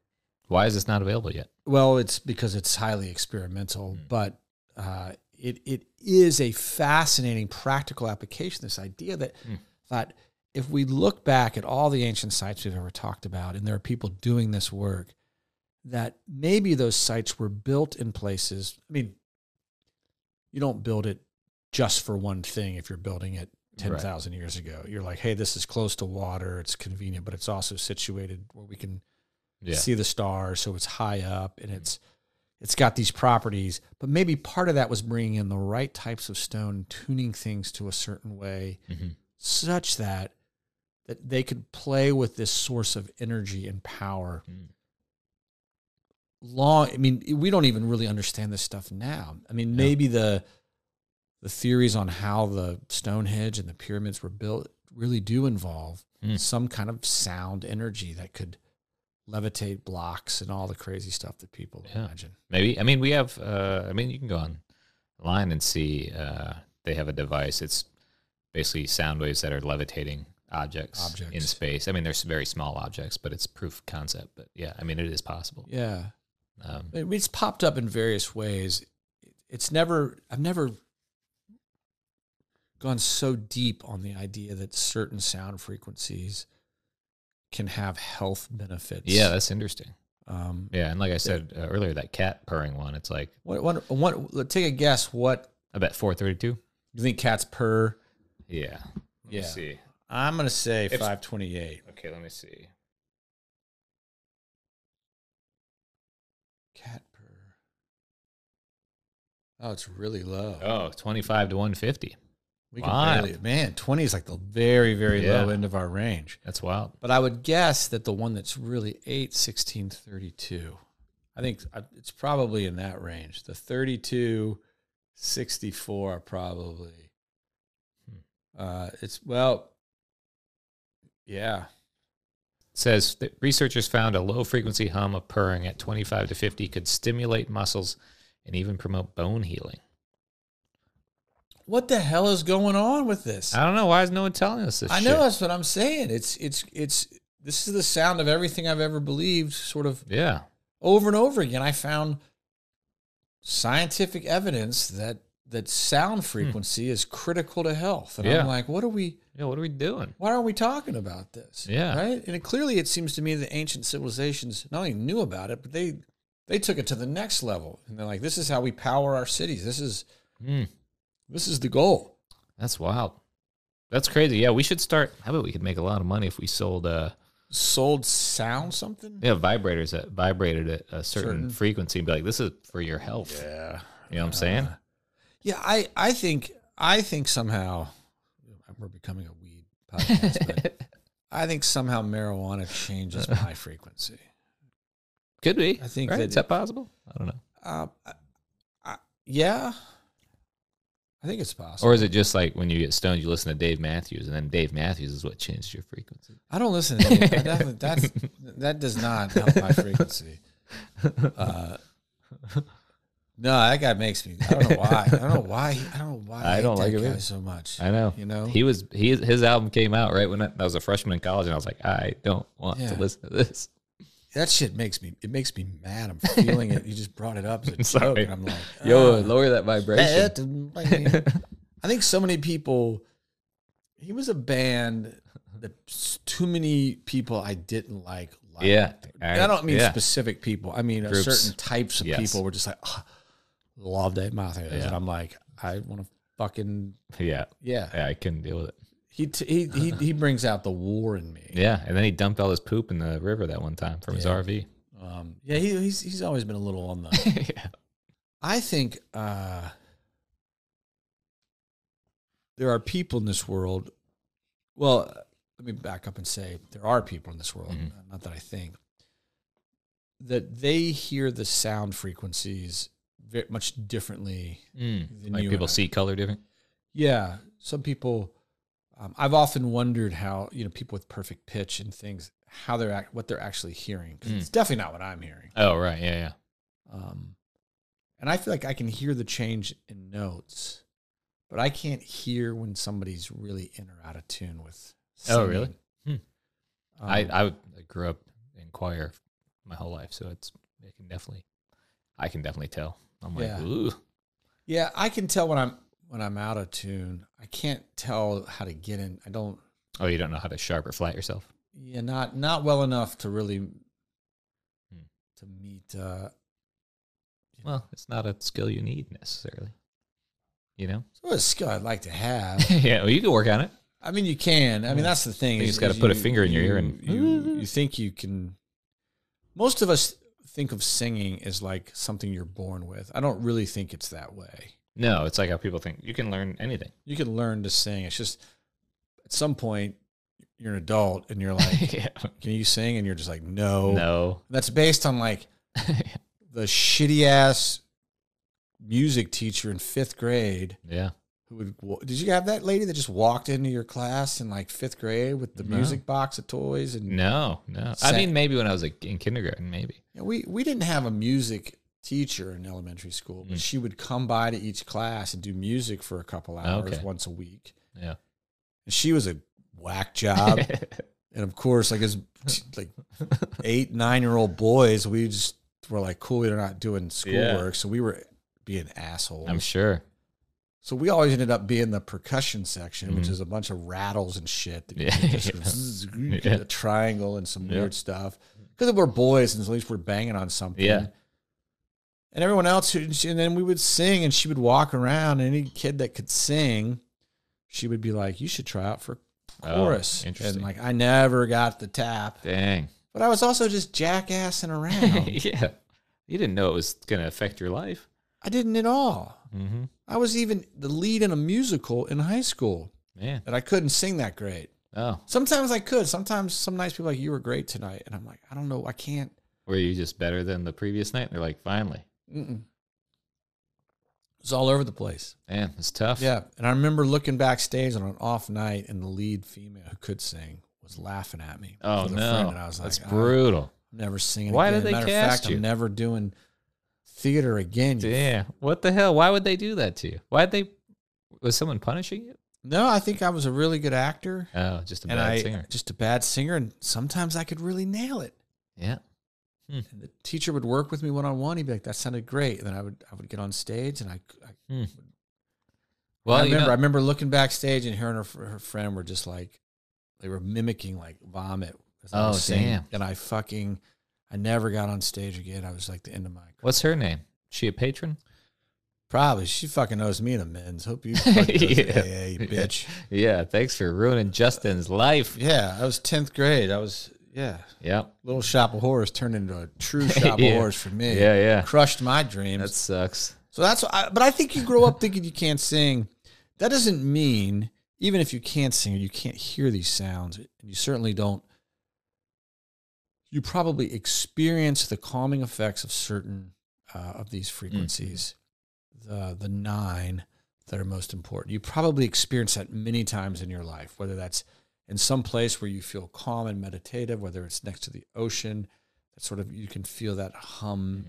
Speaker 2: Why is this not available yet?
Speaker 1: Well, it's because it's highly experimental,
Speaker 2: Mm.
Speaker 1: but uh, it, it is a fascinating practical application. This idea that,
Speaker 2: Mm.
Speaker 1: that if we look back at all the ancient sites we've ever talked about, and there are people doing this work, that maybe those sites were built in places. I mean, you don't build it just for one thing if you're building it 10,000 years ago. You're like, hey, this is close to water, it's convenient, but it's also situated where we can
Speaker 2: Yeah.
Speaker 1: see the stars so it's high up and it's it's got these properties but maybe part of that was bringing in the right types of stone tuning things to a certain way
Speaker 2: hmm
Speaker 1: such that that they could play with this source of energy and power
Speaker 2: Mm.
Speaker 1: long i mean we don't even really understand this stuff now i mean
Speaker 2: No.
Speaker 1: maybe the the theories on how the stonehenge and the pyramids were built really do involve
Speaker 2: Mm.
Speaker 1: some kind of sound energy that could levitate blocks and all the crazy stuff that people
Speaker 2: Yeah.
Speaker 1: imagine
Speaker 2: Maybe. I mean, we have. Uh, I mean, you can go online and see. Uh, they have a device. It's basically sound waves that are levitating objects, in
Speaker 1: Objects.
Speaker 2: space. I mean, they're s- very small objects, but it's proof of concept. But yeah, I mean, it is possible.
Speaker 1: yeah
Speaker 2: Um,
Speaker 1: I mean, it's popped up in various ways it's never i've never gone so deep on the idea that certain sound frequencies can have health benefits
Speaker 2: yeah, that's interesting.
Speaker 1: um
Speaker 2: Yeah, and like I said uh, earlier, that cat purring one. It's like
Speaker 1: What, what, what, let- take a guess. What
Speaker 2: I bet four thirty-two.
Speaker 1: you think cats purr?
Speaker 2: Yeah. Let
Speaker 1: Yeah.
Speaker 2: me see.
Speaker 1: I'm gonna say
Speaker 2: It's-
Speaker 1: 528.
Speaker 2: Okay, let me see.
Speaker 1: Cat purr. Oh, it's really low.
Speaker 2: Oh, 25 to 150.
Speaker 1: we can
Speaker 2: wow.
Speaker 1: barely, man, 20 is like the very, very
Speaker 2: Yeah.
Speaker 1: low end of our range.
Speaker 2: That's wild.
Speaker 1: But I would guess that the one that's really 8, 16, 32. I think I- it's probably in that range. The 32, 64 are probably.
Speaker 2: Hmm.
Speaker 1: Uh, it's well, Yeah.
Speaker 2: says that researchers found a low frequency hum of purring at 25 to 50 could stimulate muscles and even promote bone healing.
Speaker 1: What the hell is going on with this?
Speaker 2: I don't know why is no one telling us this.
Speaker 1: I know
Speaker 2: shit?
Speaker 1: that's what I'm saying. It's it's it's this is the sound of everything I've ever believed, sort of
Speaker 2: Yeah,
Speaker 1: over and over again. I found scientific evidence that that sound frequency is critical to health, and
Speaker 2: Hmm. Yeah.
Speaker 1: I'm like, what are we?
Speaker 2: yeah. What are we doing?
Speaker 1: Why are we talking about this?
Speaker 2: Yeah.
Speaker 1: right. And it, clearly, it seems to me that ancient civilizations not only knew about it, but they they took it to the next level, and they're like, this is how we power our cities. This is
Speaker 2: Hmm,
Speaker 1: this is the goal.
Speaker 2: that's wild. That's crazy. Yeah, we should start. How about we could make a lot of money if we sold uh
Speaker 1: Sold sound something.
Speaker 2: yeah vibrators that vibrated at a certain, Uh,
Speaker 1: Certain.
Speaker 2: frequency and be like, this is for your health.
Speaker 1: yeah.
Speaker 2: You know what I'm saying?
Speaker 1: Yeah, I, I think I think somehow we're becoming a weed podcast, but I think somehow marijuana changes my frequency.
Speaker 2: could be.
Speaker 1: I think
Speaker 2: right?
Speaker 1: that
Speaker 2: is that possible? I don't know.
Speaker 1: Uh, I, I, yeah, I think it's possible.
Speaker 2: Or is it just like when you get stoned, you listen to Dave Matthews, and then Dave Matthews is what changed your frequency?
Speaker 1: I don't listen. to it. I definitely- that's that does not help my frequency. Uh, no, that guy makes me. I don't know why. I don't know why. he- I don't know why.
Speaker 2: I
Speaker 1: hate
Speaker 2: don't
Speaker 1: that
Speaker 2: like him
Speaker 1: guy
Speaker 2: either.
Speaker 1: so much.
Speaker 2: I know.
Speaker 1: You know?
Speaker 2: he was he his album came out right when I, I was a freshman in college, and I was like, I don't want
Speaker 1: Yeah.
Speaker 2: to listen to this.
Speaker 1: that shit makes me it makes me mad. I'm feeling it. You just brought it up as a joke,
Speaker 2: Sorry.
Speaker 1: and I'm like,
Speaker 2: Yo,
Speaker 1: "Ah,
Speaker 2: lower that vibration.
Speaker 1: that and like- I think so many people. He was a band that s- too many people I didn't like. liked.
Speaker 2: yeah,
Speaker 1: And I don't mean
Speaker 2: yeah.
Speaker 1: specific people. I mean uh,
Speaker 2: Groups.
Speaker 1: certain types of
Speaker 2: Yes.
Speaker 1: people were just like, oh, love Dave Matthews,
Speaker 2: Yeah.
Speaker 1: and I'm like, I want to fucking
Speaker 2: Yeah,
Speaker 1: yeah.
Speaker 2: yeah, I couldn't deal with it.
Speaker 1: He t- he he he brings out the war in me.
Speaker 2: Yeah, and then he dumped all his poop in the river that one time from his
Speaker 1: Yeah.
Speaker 2: RV.
Speaker 1: Um, yeah, he, he's he's always been a little on the.
Speaker 2: yeah.
Speaker 1: I think uh, there are people in this world. Well, let me back up and say there are people in this world, uh,
Speaker 2: Mhm.
Speaker 1: not that I think, that they hear the sound frequencies very much differently
Speaker 2: Mm.
Speaker 1: than
Speaker 2: Like
Speaker 1: you uh,
Speaker 2: people
Speaker 1: and I.
Speaker 2: see color different.
Speaker 1: Yeah, some people. Um, I've often wondered how you know people with perfect pitch and things how they're act, what they're actually hearing.
Speaker 2: Mm.
Speaker 1: 'cause It's definitely not what I'm hearing.
Speaker 2: Oh right, yeah, yeah.
Speaker 1: Um, and I feel like I can hear the change in notes, but I can't hear when somebody's really in or out of tune with.
Speaker 2: Oh, really? Hmm.
Speaker 1: singing. Um,
Speaker 2: I I would- I grew up in choir my whole life, so it's I can definitely I can definitely tell. I'm like,
Speaker 1: Yeah.
Speaker 2: ooh,
Speaker 1: yeah, I can tell when I'm when I'm out of tune. I can't tell how to get in. I don't.
Speaker 2: oh, you don't know how to sharp or flat yourself.
Speaker 1: Yeah, not not well enough to really
Speaker 2: Hmm.
Speaker 1: to meet. Uh,
Speaker 2: Well, it's not a skill you need necessarily. You know?
Speaker 1: sort of skill I'd like to have.
Speaker 2: yeah, well, you can work on it.
Speaker 1: I mean, you can. I mean, that's the thing.
Speaker 2: You
Speaker 1: is-
Speaker 2: just gotta
Speaker 1: is
Speaker 2: put a finger in your ear and-
Speaker 1: you, you think you can. Most of us think of singing as like something you're born with. I don't really think it's that way.
Speaker 2: No, it's like how people think you can learn anything.
Speaker 1: You can learn to sing. It's just at some point you're an adult and you're like,
Speaker 2: yeah.
Speaker 1: "Can you sing?" And you're just like, "No."
Speaker 2: No.
Speaker 1: That's based on like the shitty ass music teacher in fifth grade
Speaker 2: yeah.
Speaker 1: who would wa- did you have that lady that just walked into your class in like fifth grade with the
Speaker 2: No.
Speaker 1: music box of toys and
Speaker 2: No, no.
Speaker 1: Sa-
Speaker 2: I mean, maybe when I was like, in kindergarten, maybe.
Speaker 1: Yeah, we we didn't have a music teacher in elementary school, but
Speaker 2: Mm.
Speaker 1: she would come by to each class and do music for a couple hours
Speaker 2: Okay.
Speaker 1: once a week.
Speaker 2: Yeah.
Speaker 1: And she was a whack job, and of course, like as like eight nine year old boys, we just were like, cool, we're not doing schoolwork, so we were being assholes.
Speaker 2: I'm sure.
Speaker 1: so we always ended up being the percussion section, which
Speaker 2: Mhm.
Speaker 1: is a bunch of rattles and shit. That you
Speaker 2: Yeah.
Speaker 1: get this sort of zzz,
Speaker 2: Yeah.
Speaker 1: A triangle and some
Speaker 2: Yeah.
Speaker 1: weird stuff. Because we're boys, and at least we're banging on something.
Speaker 2: Yeah.
Speaker 1: and everyone else who, and then we would sing and she would walk around and any kid that could sing she would be like you should try out for
Speaker 2: Oh,
Speaker 1: chorus and
Speaker 2: interesting.
Speaker 1: like i never got the tap
Speaker 2: Dang.
Speaker 1: but i was also just jackassing around
Speaker 2: yeah. You didn't know it was going to affect your life.
Speaker 1: i didn't at all
Speaker 2: Mm-hmm.
Speaker 1: i was even the lead in a musical in high school
Speaker 2: Man.
Speaker 1: and i couldn't sing that great
Speaker 2: Oh.
Speaker 1: sometimes i could sometimes some nights people are like you were great tonight and i'm like i don't know i can't
Speaker 2: Were you just better than the previous night? They're like, finally.
Speaker 1: Mm-mm. it's all over the place
Speaker 2: Man, it's tough.
Speaker 1: Yeah, and I remember looking backstage on an off night, and the lead female who could sing was laughing at me.
Speaker 2: Oh
Speaker 1: with a
Speaker 2: no,
Speaker 1: and I was
Speaker 2: that's
Speaker 1: like, "Ah." "I'm
Speaker 2: brutal.
Speaker 1: never singing.
Speaker 2: Why
Speaker 1: again.
Speaker 2: did they
Speaker 1: Matter of
Speaker 2: cast
Speaker 1: fact,
Speaker 2: you?
Speaker 1: I'm never doing theater again. you
Speaker 2: Damn, what the hell? Why would they do that to you? Why did they? Was someone punishing you?
Speaker 1: No, I think I was a really good actor
Speaker 2: Oh, just a
Speaker 1: and
Speaker 2: bad
Speaker 1: I
Speaker 2: singer.
Speaker 1: just a bad singer, and sometimes I could really nail it.
Speaker 2: Yeah,
Speaker 1: And the teacher would work with me one on one. He'd be like, "That sounded great." And then I would I would get on stage, and I, I,
Speaker 2: well,
Speaker 1: I
Speaker 2: you know-
Speaker 1: remember I remember looking backstage and hearing her fr- her friend were just like they were mimicking like vomit. as I was
Speaker 2: Oh,
Speaker 1: singing.
Speaker 2: damn.
Speaker 1: And I fucking I never got on stage again. I was like the end of my
Speaker 2: what's her name? She a patron?
Speaker 1: Probably she fucking owes me the men's. Hope you fucking yeah.
Speaker 2: Yeah.
Speaker 1: AA, you bitch.
Speaker 2: Yeah, thanks for ruining Justin's life.
Speaker 1: Yeah, I was tenth grade. I was yeah.
Speaker 2: Yep.
Speaker 1: Little shop of horrors turned into a true shop
Speaker 2: Yeah.
Speaker 1: of horrors for me.
Speaker 2: Yeah, yeah.
Speaker 1: Crushed my dreams.
Speaker 2: That sucks.
Speaker 1: so that's I, but I think you grow up thinking you can't sing. That doesn't mean even if you can't sing or you can't hear these sounds, and you certainly don't you probably experience the calming effects of certain uh, of these frequencies, the the nine that are most important. You probably experience that many times in your life, whether that's in some place where you feel calm and meditative, whether it's next to the ocean, that sort of you can feel that hum.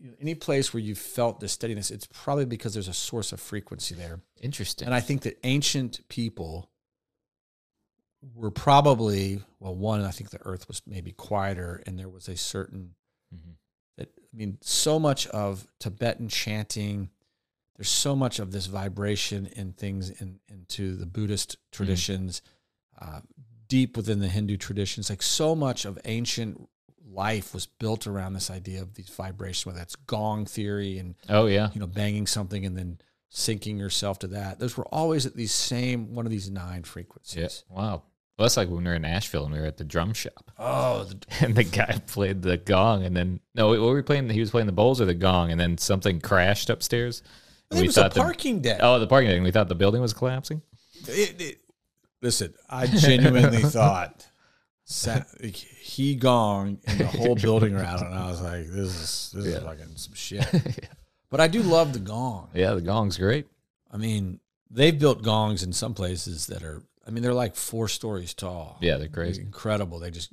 Speaker 1: You know, Any place where you felt the steadiness, it's probably because there's a source of frequency there.
Speaker 2: Interesting.
Speaker 1: And I think that ancient people were probably well, one, I think the earth was maybe quieter and there was a certain
Speaker 2: Mhm.
Speaker 1: that I mean, so much of Tibetan chanting, there's so much of this vibration in things in into the Buddhist traditions, uh, deep within the Hindu traditions. Like so much of ancient life was built around this idea of these vibrations, whether that's gong theory and
Speaker 2: oh yeah.
Speaker 1: you know, banging something and then sinking yourself to that. Those were always at these same one of these nine
Speaker 2: Yeah.
Speaker 1: frequencies.
Speaker 2: Wow. Well, that's like when we were in Nashville and we were at the drum shop,
Speaker 1: Oh, the,
Speaker 2: and the guy played the gong, and then no, what were we playing? He was playing the bowls or the gong, and then something crashed upstairs.
Speaker 1: I think it was a
Speaker 2: thought
Speaker 1: parking deck.
Speaker 2: The, oh, the parking thing. We thought the building was collapsing.
Speaker 1: It- it- listen, I genuinely thought sa- he gonged and the whole building around, and I was like, "This is this is fucking some shit." But I do love the gong.
Speaker 2: Yeah, the gong's great.
Speaker 1: I mean, they've built gongs in some places that are. I mean, they're like four stories tall.
Speaker 2: Yeah, they're crazy.
Speaker 1: incredible. They just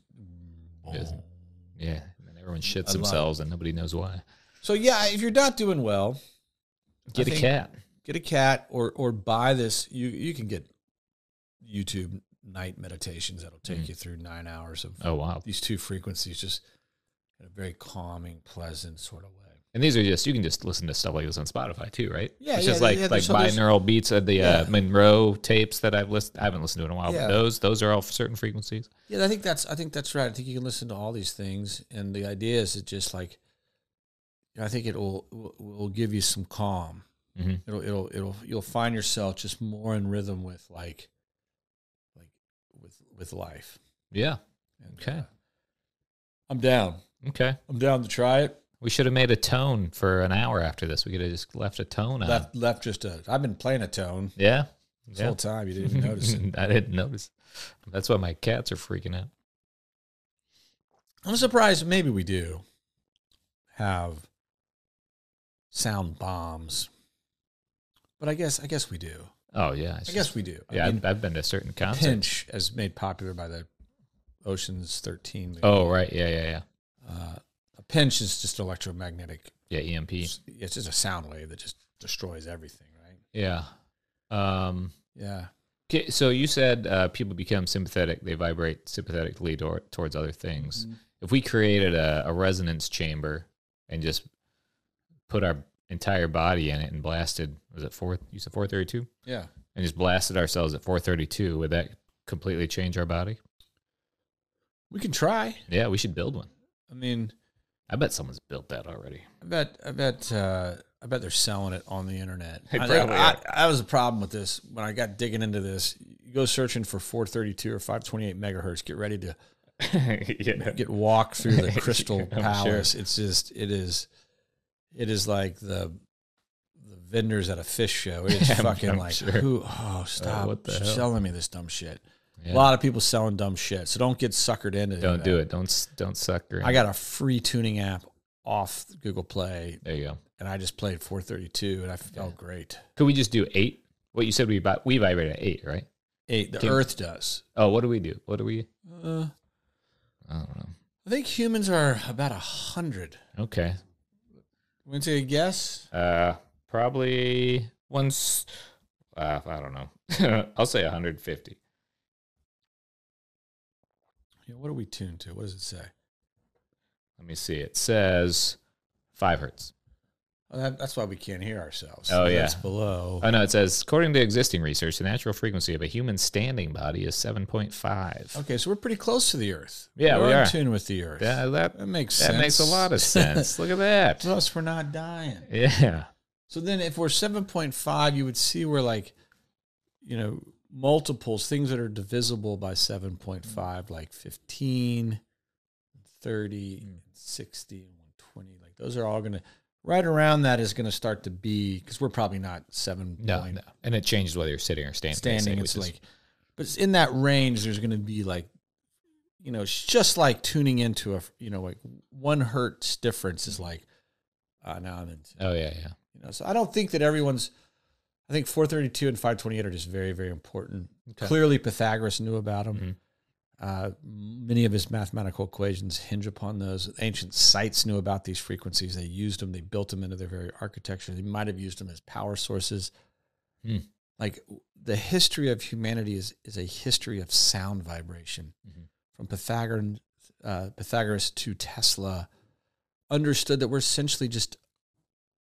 Speaker 2: Yeah, and then everyone shits
Speaker 1: I love it.
Speaker 2: themselves, and nobody knows why.
Speaker 1: so yeah. If you're not doing well,
Speaker 2: Get a
Speaker 1: think-
Speaker 2: cat.
Speaker 1: get a cat or or buy this you you can get youtube night meditations that'll take you through nine hours of
Speaker 2: Oh wow.
Speaker 1: these two frequencies just in a very calming pleasant sort of way
Speaker 2: And these are just you can just listen to stuff like this on Spotify too, right?
Speaker 1: Yeah,
Speaker 2: it's
Speaker 1: yeah,
Speaker 2: just like
Speaker 1: yeah,
Speaker 2: like
Speaker 1: there's- so there's-
Speaker 2: binaural beats of the uh,
Speaker 1: Yeah.
Speaker 2: Monroe tapes that I've listened. I haven't listened to in a while.
Speaker 1: Yeah.
Speaker 2: But those those are all certain frequencies.
Speaker 1: yeah i think that's i think that's right i think you can listen to all these things and the idea is it just like i think it will will- will give you some calm
Speaker 2: Mhm.
Speaker 1: it'll it'll it'll you'll find yourself just more in rhythm with like like with with life
Speaker 2: Yeah.
Speaker 1: And,
Speaker 2: Okay.
Speaker 1: uh, i'm down
Speaker 2: Okay.
Speaker 1: i'm down to try it
Speaker 2: We should have made a tone for an hour after this. We could have just left a tone on.
Speaker 1: left left just a I've been playing a tone
Speaker 2: Yeah.
Speaker 1: this
Speaker 2: yeah.
Speaker 1: whole time. You didn't even notice it.
Speaker 2: I didn't notice. That's why my cats are freaking out.
Speaker 1: I'm surprised maybe we do have sound bombs. But I guess I guess we do.
Speaker 2: Oh yeah. it's
Speaker 1: I
Speaker 2: just-
Speaker 1: guess we do.
Speaker 2: Yeah,
Speaker 1: I
Speaker 2: I've-
Speaker 1: mean,
Speaker 2: I've been to certain concerts.
Speaker 1: pinch as made popular by the Oceans 13. movie.
Speaker 2: Oh right. Yeah. Yeah. Yeah.
Speaker 1: Uh, a pinch is just electromagnetic.
Speaker 2: Yeah. E EMP.
Speaker 1: It's it's just a sound wave that just destroys everything, right?
Speaker 2: Yeah. Um.
Speaker 1: Yeah.
Speaker 2: Okay, so you said uh, people become sympathetic; they vibrate sympathetically tor- towards other things.
Speaker 1: Mm-hmm.
Speaker 2: If we created a, a resonance chamber and just put our entire body in it and blasted, was it four? You said four thirty-two,
Speaker 1: Yeah.
Speaker 2: and just blasted ourselves at four thirty-two. Would that completely change our body?
Speaker 1: We can try.
Speaker 2: Yeah, we should build one.
Speaker 1: I mean,
Speaker 2: I bet someone's built that already.
Speaker 1: I bet, I bet, uh, I bet they're selling it on the internet.
Speaker 2: They
Speaker 1: I,
Speaker 2: probably
Speaker 1: I,
Speaker 2: are.
Speaker 1: I was a problem with this when I got digging into this. You go searching for 432 or 528 megahertz. Get ready to
Speaker 2: yeah.
Speaker 1: get walked through the Crystal
Speaker 2: I'm
Speaker 1: Palace. It's just, it is, it is like the the vendors at a fish show. It is
Speaker 2: Yeah, I'm-
Speaker 1: fucking
Speaker 2: I'm
Speaker 1: like,
Speaker 2: sure.
Speaker 1: who? Oh, stop!
Speaker 2: what the hell?
Speaker 1: selling me this dumb shit. A lot of people selling dumb shit. So don't get suckered into.
Speaker 2: Don't
Speaker 1: that.
Speaker 2: do it. Don't s- don't suck. Or
Speaker 1: I got a free tuning app off Google Play
Speaker 2: there you go.
Speaker 1: and I just played 432 and I felt great.
Speaker 2: Could we just do eight? What you said we vi- we vibrate at eight, right?
Speaker 1: Eh, the
Speaker 2: Dude.
Speaker 1: Earth does.
Speaker 2: Oh, what do we do? What do we?
Speaker 1: Uh,
Speaker 2: I don't know.
Speaker 1: I think humans are about a hundred.
Speaker 2: Okay.
Speaker 1: Want to take a guess?
Speaker 2: Uh, probably once. Uh, I don't know. I'll say 150.
Speaker 1: Yeah, what are we tuned to? What does it say?
Speaker 2: Let me see. It says five hertz.
Speaker 1: Oh, that, that's why we can't hear ourselves.
Speaker 2: Oh,
Speaker 1: That's
Speaker 2: yeah.
Speaker 1: below.
Speaker 2: Oh no, it says according to existing research, the natural frequency of a human standing body is 7.5.
Speaker 1: Okay, so we're pretty close to the Earth.
Speaker 2: Yeah,
Speaker 1: we're
Speaker 2: we
Speaker 1: in
Speaker 2: are.
Speaker 1: tune with the Earth.
Speaker 2: Yeah, that
Speaker 1: that makes
Speaker 2: that
Speaker 1: sense.
Speaker 2: makes a lot of sense. Look at that.
Speaker 1: Plus, we're not dying.
Speaker 2: Yeah.
Speaker 1: So then, if we're seven point five, you would see we're like, you know, multiples, things that are divisible by seven point five, like 15, 30, 60, and one twenty. Like those are all gonna right around that is gonna start to be because we're probably not seven
Speaker 2: No, no. And it changes whether you're sitting or standing. they
Speaker 1: standing.
Speaker 2: say,
Speaker 1: it's
Speaker 2: which is-
Speaker 1: like, but it's in that range. There's going to be like, you know, it's just like tuning into a, you know, like one hertz difference is like, uh, now I'm in,
Speaker 2: oh yeah, yeah.
Speaker 1: you know. So I don't think that everyone's. I think 432 and 528 are just very, very important.
Speaker 2: Okay.
Speaker 1: Clearly, Pythagoras knew about them. Uh, many of his mathematical equations hinge upon those. Ancient sites knew about these frequencies. They used them. They built them into their very architecture. They might have used them as power sources.
Speaker 2: Hmm.
Speaker 1: Like the history of humanity is is a history of sound vibration,
Speaker 2: Mhm.
Speaker 1: from Pythagorean uh, Pythagoras to Tesla. Understood that we're essentially just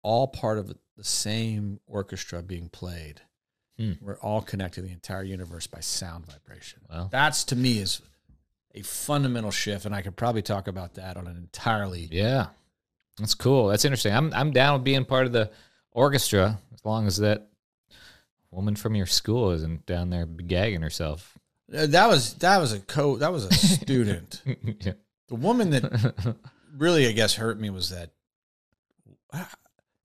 Speaker 1: all part of the same orchestra being played.
Speaker 2: Hmm.
Speaker 1: We're all connected to the entire universe by sound vibration.
Speaker 2: Well,
Speaker 1: That's to me is a fundamental shift, and I could probably talk about that on an entirely.
Speaker 2: yeah. That's cool. That's interesting. I'm I'm down with being part of the orchestra as long as that woman from your school isn't down there gagging herself.
Speaker 1: Uh, That was that was a co that was a student.
Speaker 2: yeah.
Speaker 1: the woman that really I guess hurt me was that. uh,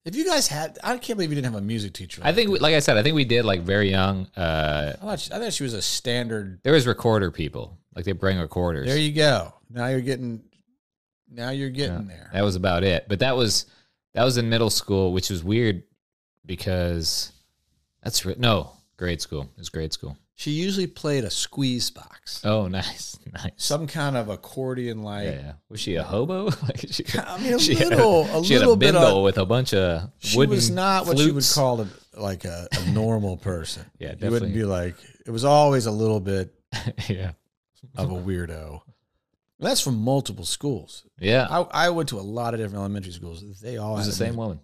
Speaker 1: If you guys had, I can't believe you didn't have a music teacher.
Speaker 2: I think, we, like I said, I think we did like very young. Uh,
Speaker 1: I thought she, I thought she was a standard.
Speaker 2: there was recorder people, like they bring recorders.
Speaker 1: There you go. Now you're getting. Now you're getting there.
Speaker 2: that was about it. But that was that was in middle school, which was weird because that's re- no grade school. It's grade school.
Speaker 1: She usually played a squeeze box,
Speaker 2: Oh, nice, nice.
Speaker 1: some kind of accordion like.
Speaker 2: Yeah, yeah. Was she a hobo? like she,
Speaker 1: I mean, a
Speaker 2: she had
Speaker 1: little, a,
Speaker 2: she had
Speaker 1: little
Speaker 2: a
Speaker 1: bit
Speaker 2: bindle
Speaker 1: of.
Speaker 2: with a bunch of
Speaker 1: She
Speaker 2: wooden
Speaker 1: was not what you would
Speaker 2: flutes.
Speaker 1: call a, like a, a normal person.
Speaker 2: Yeah,
Speaker 1: you wouldn't
Speaker 2: definitely.
Speaker 1: be like. It was always a little bit
Speaker 2: yeah,
Speaker 1: of a weirdo. And that's from multiple schools.
Speaker 2: yeah.
Speaker 1: I, I went to a lot of different elementary schools. They all
Speaker 2: it
Speaker 1: had
Speaker 2: was the
Speaker 1: a
Speaker 2: same
Speaker 1: music-
Speaker 2: woman.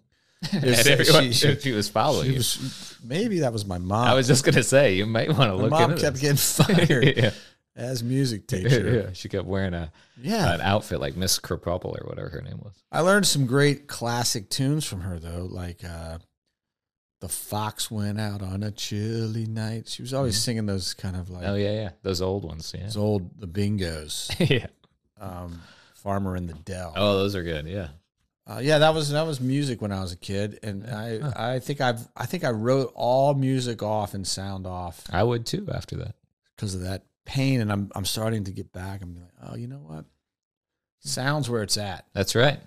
Speaker 1: was-
Speaker 2: And everyone,
Speaker 1: she-
Speaker 2: she, was following
Speaker 1: She
Speaker 2: you.
Speaker 1: was- maybe that was my mom.
Speaker 2: I was just gonna say you might want to
Speaker 1: my
Speaker 2: look.
Speaker 1: mom
Speaker 2: into
Speaker 1: kept
Speaker 2: this.
Speaker 1: getting fired
Speaker 2: yeah.
Speaker 1: as music teacher.
Speaker 2: yeah, she kept wearing a
Speaker 1: Yeah.
Speaker 2: an outfit like Miss Kropopel or whatever her name was.
Speaker 1: I learned some great classic tunes from her though, like uh, "The Fox Went Out on a Chilly Night." She was always singing those kind of like
Speaker 2: Oh Mm-hmm. yeah, yeah, those old ones. Yeah,
Speaker 1: those old the bingos,
Speaker 2: yeah.
Speaker 1: um, "Farmer in the Dell."
Speaker 2: Oh, those are good. Yeah.
Speaker 1: Uh, yeah, that was that was music when I was a kid, and I I think I've I think I wrote all music off and sound off
Speaker 2: I would too after that.
Speaker 1: because of that pain, and I'm I'm starting to get back. I'm like, oh, you know what? Sounds where it's at.
Speaker 2: That's right.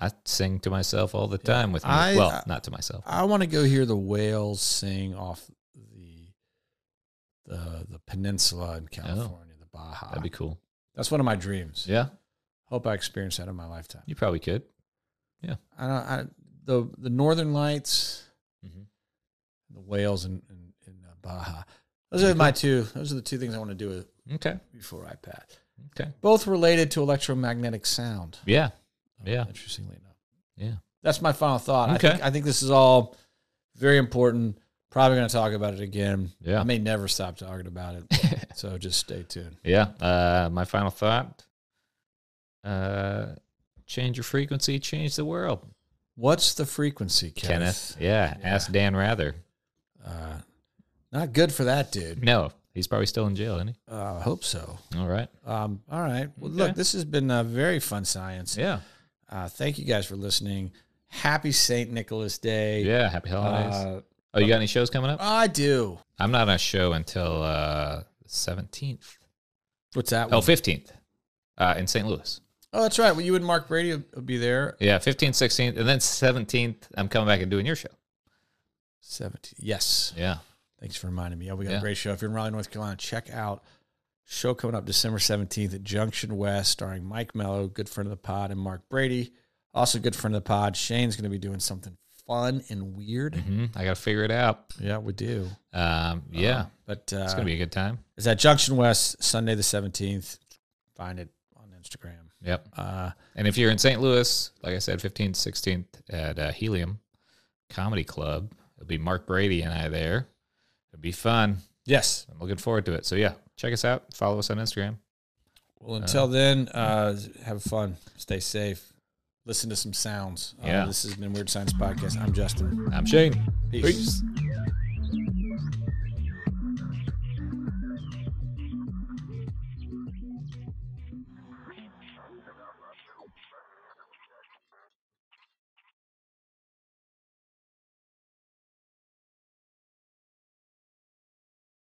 Speaker 2: I sing to myself all the time with me.
Speaker 1: I- uh,
Speaker 2: well,
Speaker 1: I-
Speaker 2: not to myself.
Speaker 1: I want to go hear the whales sing off the the the peninsula in California, the Baja.
Speaker 2: Oh. That'd be cool.
Speaker 1: That's one of my dreams.
Speaker 2: Yeah,
Speaker 1: Hope I experience that in my lifetime.
Speaker 2: you probably could.
Speaker 1: I don't. I, the the Northern Lights,
Speaker 2: Mhm.
Speaker 1: the whales, and in, in, uh, Baja. Those are my two. Those are the two things I want to do uh,
Speaker 2: Okay.
Speaker 1: before I pass.
Speaker 2: Okay.
Speaker 1: Both related to electromagnetic sound.
Speaker 2: Yeah. Yeah.
Speaker 1: Uh, Interestingly enough.
Speaker 2: Yeah.
Speaker 1: That's my final thought. I, think,
Speaker 2: Okay.
Speaker 1: I think this is all very important. Probably going to talk about it again.
Speaker 2: Yeah.
Speaker 1: I may never stop talking about it. so just stay tuned.
Speaker 2: Yeah. Uh, my final thought. Uh, change your frequency, change the world.
Speaker 1: What's the frequency, Kenneth?
Speaker 2: Kenneth. Yeah. Ask Dan Rather.
Speaker 1: Uh, not good for that, dude.
Speaker 2: No, he's probably still in jail, isn't
Speaker 1: Uh, I hope so.
Speaker 2: he? All right.
Speaker 1: Um, all right. Well,
Speaker 2: Okay.
Speaker 1: look, this has been uh, very fun science.
Speaker 2: Yeah.
Speaker 1: Uh, thank you guys for listening. Happy St. Nicholas Day.
Speaker 2: Yeah. Happy holidays.
Speaker 1: Uh,
Speaker 2: oh, you got any shows coming up?
Speaker 1: I do.
Speaker 2: I'm not on a show until uh, 17th.
Speaker 1: What's that?
Speaker 2: Oh,
Speaker 1: one?
Speaker 2: 15th uh, in St. Louis.
Speaker 1: Oh, that's right. Well, you and Mark Brady will will be there.
Speaker 2: Yeah, 15th, 16th, and then 17th. I'm coming back and doing your show.
Speaker 1: 17. Yes.
Speaker 2: Yeah.
Speaker 1: Thanks for reminding me. Oh, we got
Speaker 2: Yeah.
Speaker 1: a great show. If you're in Raleigh, North Carolina, check out show coming up December 17th at Junction West, starring Mike Mello, good friend of the pod, and Mark Brady, also good friend of the pod. Shane's going to be doing something fun and weird.
Speaker 2: hmm I got to figure it out.
Speaker 1: Yeah, we do.
Speaker 2: Um, yeah,
Speaker 1: Um, but uh,
Speaker 2: it's gonna be a good time.
Speaker 1: it's at Junction West, Sunday the 17th. Find it on Instagram.
Speaker 2: Yep.
Speaker 1: Uh,
Speaker 2: And if you're in St. Louis, like I said, 15th, 16th at uh, Helium Comedy Club, it'll be Mark Brady and I there. It'll be fun.
Speaker 1: yes.
Speaker 2: I'm looking forward to it. So yeah, check us out. Follow us on Instagram.
Speaker 1: Well, until then, uh, have fun. Stay safe. Listen to some sounds. Uh,
Speaker 2: Yeah.
Speaker 1: This has been Weird Science Podcast. I'm Justin.
Speaker 2: I'm Shane.
Speaker 1: Peace.
Speaker 2: Peace.